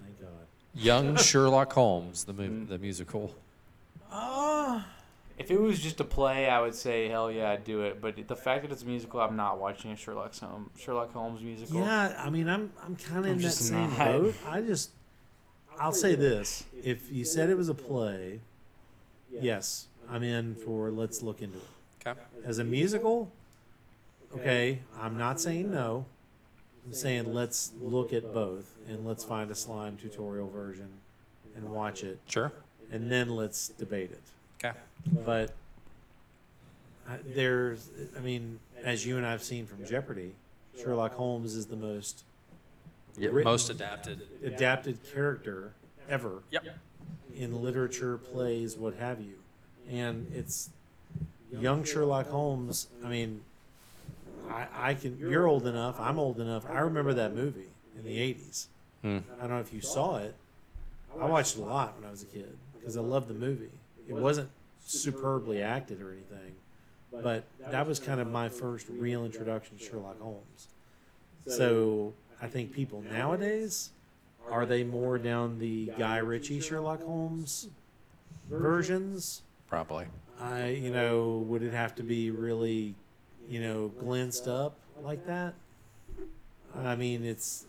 A: Thank God.
B: Young Sherlock Holmes, the movie,
C: Mm.
B: the musical.
A: Ah.
C: If it was just a play, I would say hell yeah, I'd do it. But the fact that it's a musical, I'm not watching a Sherlock Holmes Sherlock Holmes musical.
A: Yeah, I mean, I'm I'm kind of
C: I'm
A: in that
C: just
A: same
C: not.
A: boat. I just, I'll say this: if you said it was a play, yes, I'm in for. Let's look into it.
B: Okay.
A: As a musical, okay, I'm not saying no. I'm saying let's look at both and let's find a slime tutorial version and watch it,
B: Sure.
A: and then let's debate it
B: Okay.
A: but I- there's i mean as you and i've seen from jeopardy sherlock holmes is the most written-
B: Most adapted.
A: adapted character ever
B: Yep.
A: in literature plays what have you and it's young sherlock holmes i mean i, I can you're old enough i'm old enough i remember that movie in the 80s
B: Hmm.
A: i don't know if you saw it i watched it a lot when i was a kid because i loved the movie it wasn't superbly acted or anything but that was kind of my first real introduction to Sherlock Holmes. So I think people nowadays are they more down the Guy Ritchie Sherlock Holmes versions?
B: Probably.
A: I you know would it have to be really you know glanced up like that? I mean it's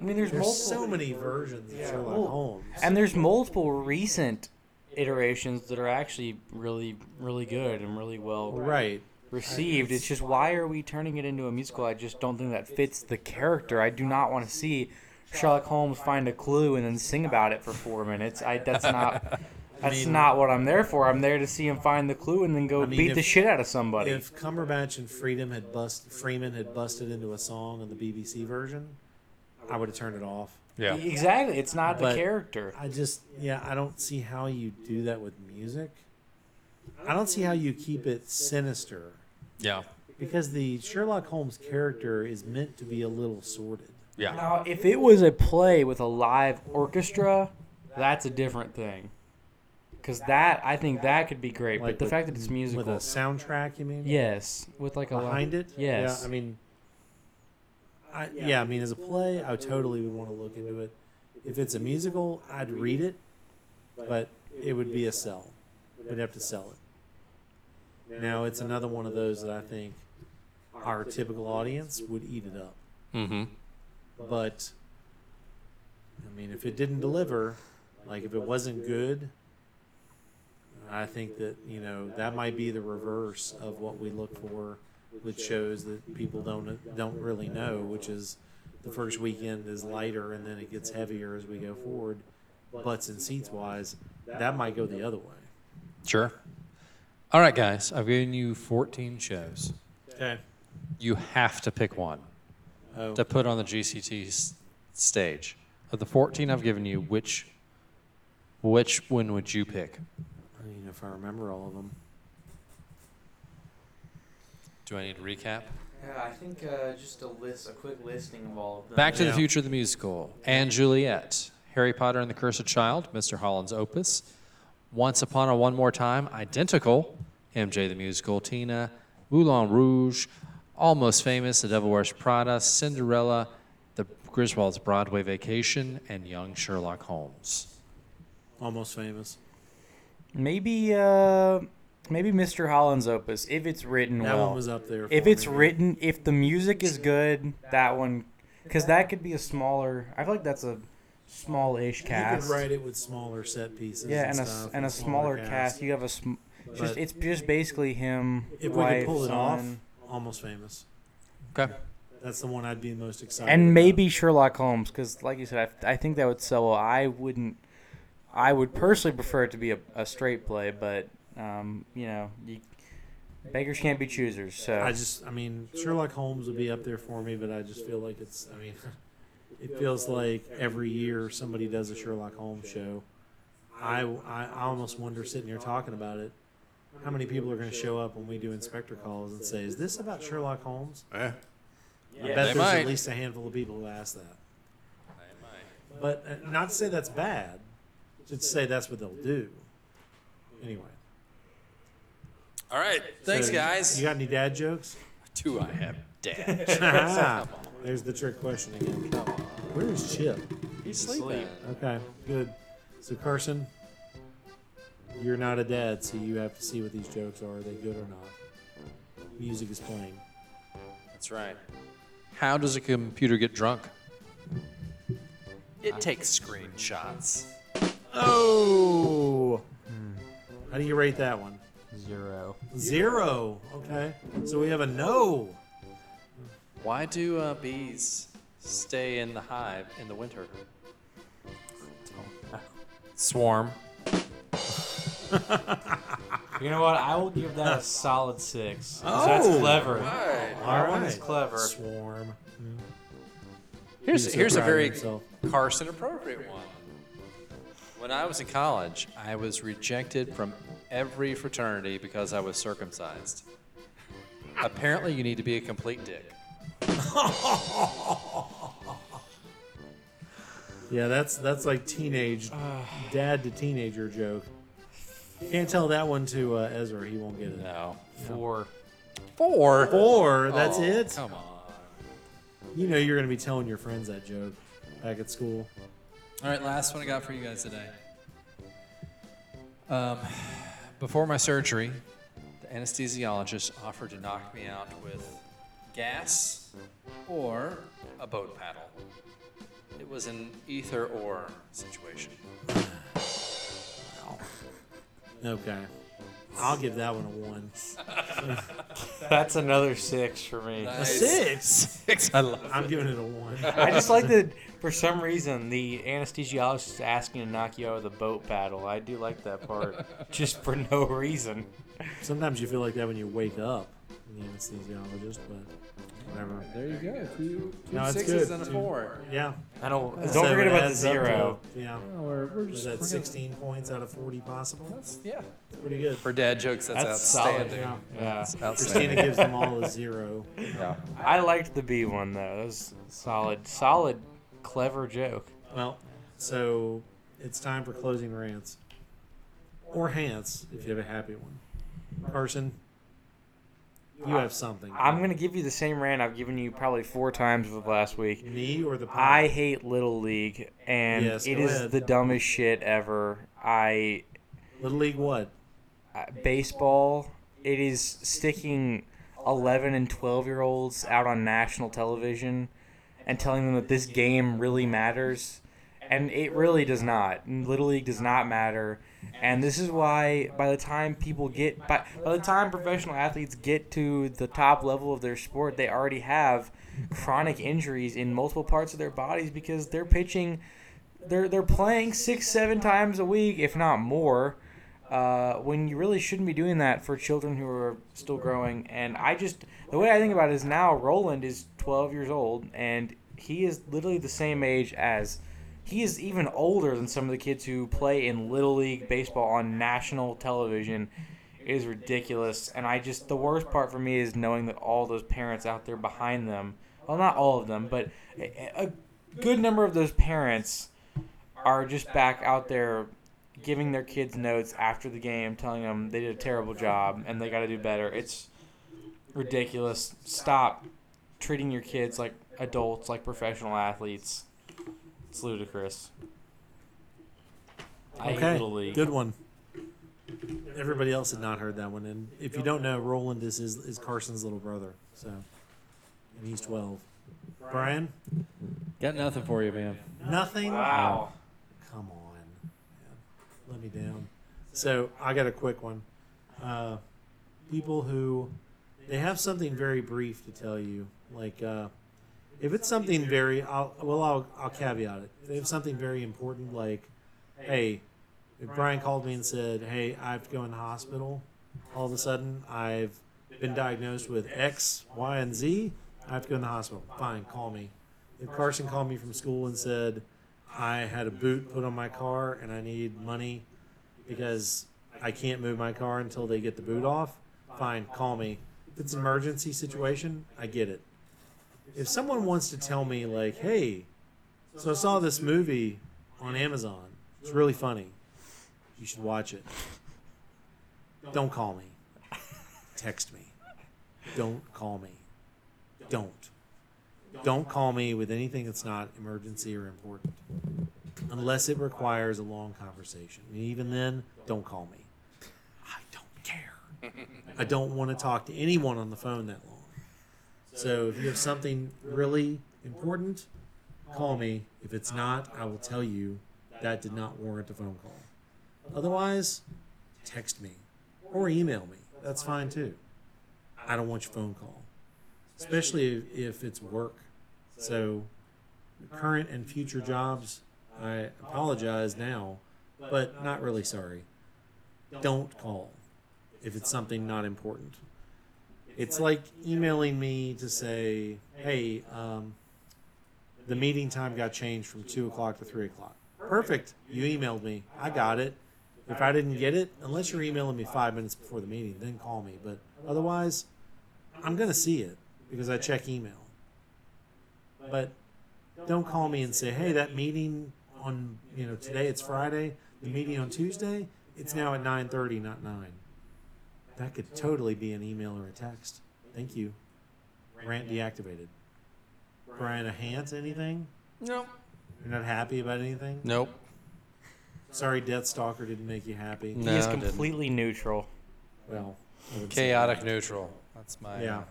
C: I mean, there's,
A: there's
C: multiple,
A: so many versions of
C: Well,
A: Sherlock Holmes.
C: and there's multiple recent iterations that are actually really, really good and really well
A: Right.
C: received. It's just why are we turning it into a musical? I just don't think that fits the character. I do not want to see Sherlock Holmes find a clue and then sing about it for four minutes. I that's not That's
A: mean-
C: not what I'm there for. I'm there to see him find the clue and then go
A: I mean,
C: beat
A: if-
C: the shit out of somebody.
A: If Cumberbatch and Freedom had bust Freeman had busted into a song on the BBC version, I would have turned it off.
B: Yeah.
C: Exactly. It's not the
A: But-
C: character.
A: I just yeah, I don't see how you do that with music. I don't see how you keep it sinister
B: Yeah.
A: because the Sherlock Holmes character is meant to be a little sordid.
B: Yeah.
C: Now, if it was a play with a live orchestra, that's a different thing. Because that, I think that could be great.
A: Like
C: but the
A: with-
C: fact that it's
A: With
C: musical.
A: a soundtrack, you mean?
C: yes. With like a. li-
A: Behind it?
C: Yes.
A: Yeah, I mean I yeah, I mean as a play, I totally would want to look into it. If it's a musical, I'd read it, but it would be a sell. We'd have to sell it. Now it's another one of those that I think our typical audience would eat it up.
B: Mm-hmm.
A: but I mean, if it didn't deliver, like if it wasn't good, I think that you know that might be the reverse of what we look for with shows that people don't don't really know, which is the first weekend is lighter and then it gets heavier as we go forward, butts and seats wise. That might go the other way.
B: Sure. All right, guys. I've given you 14 shows.
A: Okay.
B: You have to pick one
A: Oh,
B: to put on the GCT s- stage. Of the 14 I've given you, which which one would you pick?
A: I mean, if I remember all of them,
B: Do I need to recap?
C: Yeah, I think uh, just a list, a quick listing of all of them.
B: Back to the
A: Yeah.
B: Future, the musical, and Juliet, Harry Potter and the Cursed Child, Mr. Holland's opus, Once Upon a One More Time, Identical, MJ the Musical, Tina, Moulin Rouge, Almost Famous, The Devil Wears Prada, Cinderella, The Griswold's Broadway Vacation, and Young Sherlock Holmes.
A: almost famous.
C: Maybe, uh, maybe Mr. Holland's opus, if it's written
A: That
C: well.
A: one was up there.
C: if
A: for
C: it's
A: me.
C: written, if the music is good, that one, because that could be a smaller. I feel like that's a small-ish cast.
A: You could write it with smaller set pieces.
C: yeah, and a s-
A: stuff,
C: and a smaller cast. You have a. Sm- it's just
A: But-
C: it's just basically him.
A: If we
C: wife,
A: could pull it off,
C: son,
A: almost famous.
B: Okay.
A: That's the one I'd be most excited.
C: and
A: about.
C: maybe Sherlock Holmes, because like you said, I, I think that would sell. well. I wouldn't. I would personally prefer it to be a, a straight play, but um, you know, you, beggars can't be choosers. So
A: I just, I mean, Sherlock Holmes would be up there for me, but I just feel like it's. I mean, it feels like every year somebody does a Sherlock Holmes show. I, I, I almost wonder sitting here talking about it, how many people are going to show up when we do inspector calls and say, "Is this about Sherlock Holmes?"
D: Eh.
A: I
B: Yeah,
A: bet
B: they
A: there's
B: might.
A: at least a handful of people who ask that. But uh, not to say that's bad, just to say that's what they'll do. Anyway.
B: All right.
A: So, You got any dad jokes?
B: Two I have. Dad.
A: Ah, There's the trick question again. Where is Chip?
B: He's sleeping.
A: Okay, good. So Carson, you're not a dad, so you have to see what these jokes are. Are they good or not? Music is playing.
B: That's right. How does a computer get drunk? It takes screenshots.
A: Oh. How do you rate that one?
C: zero.
A: Zero. Okay. So we have a no.
B: Why do uh, bees stay in the hive in the winter? Swarm.
C: You know what? I will give that a solid six. 'cause That's
A: Oh.
C: clever.
A: All
C: That one is
A: right.
C: clever.
A: Swarm.
B: Here's
A: He's so
B: here's a
A: proud of
B: very
A: himself.
B: Carson appropriate one. When I was in college, I was rejected from every fraternity because I was circumcised. Apparently, you need to be a complete dick.
A: Yeah, that's that's like teenage dad to teenager joke. Can't tell that one to uh, Ezra. He won't get it.
B: No.
C: Four.
B: Four.
A: Or that's
B: Oh,
A: it.
B: Come on.
A: You know you're gonna be telling your friends that joke back at school.
B: All right, last one I got for you guys today. Um, before my surgery, the anesthesiologist offered to knock me out with gas or a boat paddle. It was an either or situation.
A: Okay, I'll give that one a one.
C: That's another six for me.
A: A six.
B: I love
A: I'm giving it a one.
C: I just like the For some reason, the anesthesiologist is asking to knock you out of the boat battle. I do like that part, just for no reason.
A: Sometimes you feel like that when you wake up, in the anesthesiologist, but whatever.
B: There you go. Two, two
A: No, it's
B: sixes
A: good.
B: and a
A: Two-
B: four.
A: Yeah.
C: I don't. Don't
A: So it
C: forget about the
A: adds up
C: zero.
A: to- yeah.
B: Yeah, we're, we're
A: Was
B: just
A: that
B: we're
A: 16 points out of 40 possible?
B: Gonna, yeah.
A: Pretty good.
B: For dad jokes, that's,
C: That's solid,
B: outstanding.
A: Yeah.
C: Yeah.
B: It's
A: Christina
B: outstanding.
A: gives them all a zero.
B: yeah.
C: I liked the B one though. That was solid, solid, clever joke.
A: Well, so it's time for closing rants. Or Hans, if you have a happy one. Person, you have something.
C: I'm gonna give you the same rant I've given you probably four times over the last week.
A: Me or the
C: I
A: pie?
C: hate Little League, and
A: Yes,
C: it
A: go
C: is
A: ahead.
C: the dumbest shit ever. I
A: Little League what?
C: uh, baseball. It is sticking 11 and 12 year olds out on national television and telling them that this game really matters. And it really does not. Little League does not matter. And this is why by the time people get by, by the time professional athletes get to the top level of their sport, they already have chronic injuries in multiple parts of their bodies because they're pitching they're they're playing 6 7 times a week if not more uh, when you really shouldn't be doing that for children who are still growing. And I just, the way I think about it is now Roland is 12 years old, and he is literally the same age as, he is even older than some of the kids who play in Little League Baseball on national television. It is ridiculous. And I just, the worst part for me is knowing that all those parents out there behind them, well, not all of them, but a, a good number of those parents are just back out there giving their kids notes after the game, telling them they did a terrible job and they got to do better. It's ridiculous. Stop treating your kids like adults, like professional athletes. It's ludicrous. I hate
A: Okay,
C: Little League.
A: good one. Everybody else had not heard that one, and if you don't know, Roland is is, is Carson's little brother, so and he's twelve. Brian,
B: Got nothing for you, man.
A: nothing.
C: Wow.
A: Come on, Yeah, let me down. So I got a quick one. Uh, people who they have something very brief to tell you, like uh, if it's something very, I'll, well, I'll I'll caveat it. If they have something very important, like, hey, if Brian called me and said, hey, I have to go in the hospital. All of a sudden, I've been diagnosed with X, Y, and Z. I have to go in the hospital. Fine, call me. If Carson called me from school and said, I had a boot put on my car and I need money because I can't move my car until they get the boot off, fine, call me. If it's an emergency situation, I get it. If someone wants to tell me, like, hey, so I saw this movie on Amazon, it's really funny, you should watch it. Don't call me. Text me. Don't call me. Don't. Don't call me with anything that's not emergency or important unless it requires a long conversation. And even then, don't call me. I don't care. I don't want to talk to anyone on the phone that long. So if you have something really important, call me. If it's not, I will tell you that did not warrant a phone call. Otherwise, text me or email me. That's fine too. I don't want your phone call, especially if- if it's work. So current and future jobs, I apologize now, but not really sorry. Don't call if it's something not important. It's like emailing me to say, hey, um, the meeting time got changed from 2 o'clock to 3 o'clock. Perfect. You emailed me. I got it. If I didn't get it, unless you're emailing me five minutes before the meeting, then call me. But otherwise, I'm going to see it because I check email. But don't call me and say, hey, that meeting on you know today it's Friday, the meeting on Tuesday, it's now at nine thirty, not nine. That could totally be an email or a text. Thank you. Rant deactivated. Brian, a hant anything?
B: Nope.
A: You're not happy about anything?
B: Nope.
A: Sorry, Death Stalker didn't make you happy.
B: No.
C: He is
B: I didn't.
C: completely neutral.
A: Well, I wouldn't say
B: Chaotic neutral. That's
A: that.
B: my.
A: Yeah.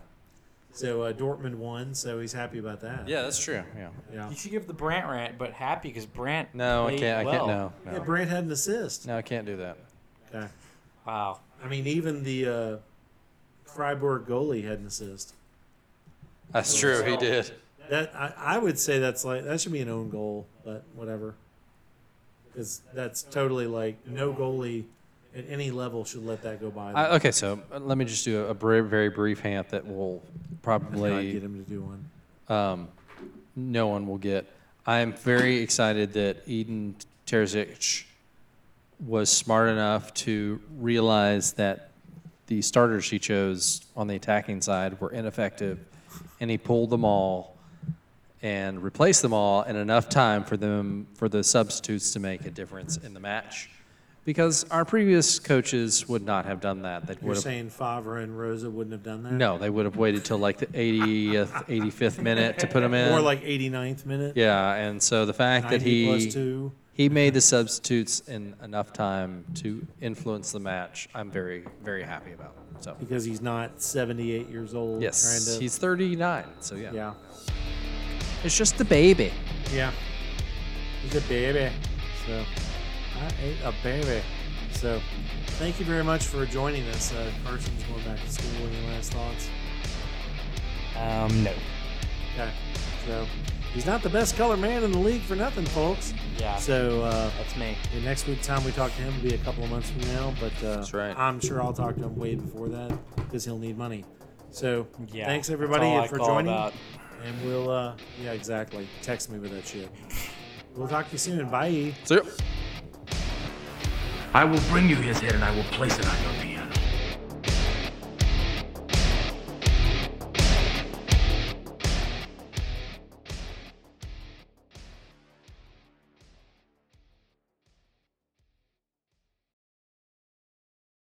A: So uh, Dortmund won, so he's happy about that.
B: Yeah, that's true. Yeah.
A: Yeah.
C: You should give the Brant rant, but happy because Brant.
B: No, I
C: played
B: can't. I can't.
C: well.
B: No.
A: Yeah,
B: No.
A: Brandt had an assist.
B: No, I can't do that.
A: Okay.
C: Wow.
A: I mean, even the uh, Freiburg goalie had an assist.
B: That's true. He did.
A: That I, I would say that's like that should be an own goal, but whatever. Because that's totally like no goalie at any level should let that go by.
B: I, okay, so uh, let me just do a, a br- very brief hint that will
A: I'd
B: probably
A: get him to do one.
B: um, no one will get. I am very excited that Eden Terzic was smart enough to realize that the starters he chose on the attacking side were ineffective, and he pulled them all and replaced them all in enough time for them for the substitutes to make a difference in the match. Because our previous coaches would not have done that. They
A: You're
B: would have
A: saying Favre and Rosa wouldn't have done that?
B: no, they would have waited till like the 80th, 85th minute to put him in.
A: Or like 89th minute.
B: yeah, and so the fact that
A: 90 plus
B: he
A: two.
B: he made the substitutes in enough time to influence the match, I'm very very happy about. So
A: Because he's not 78 years old.
B: yes,
A: trying to-
B: he's 39. So yeah,
A: yeah.
B: it's just the baby.
A: Yeah. He's a baby. So I ate a baby. So thank you very much for joining us. Uh, Carson's going back to school. Any last thoughts?
C: Um, no.
A: Okay. So he's not the best color man in the league for nothing, folks.
C: Yeah.
A: So uh,
C: That's me.
A: the next week time we talk to him will be a couple of months from now. But uh,
B: That's right.
A: I'm sure I'll talk to him way before that because he'll need money. So
C: Yeah.
A: thanks
C: that's
A: everybody
C: all I
A: for
C: call
A: joining.
C: about.
A: And we'll uh, yeah exactly text me with that shit. We'll talk to you soon. Bye.
B: So.
D: I will bring you his head and I will place it on your penis.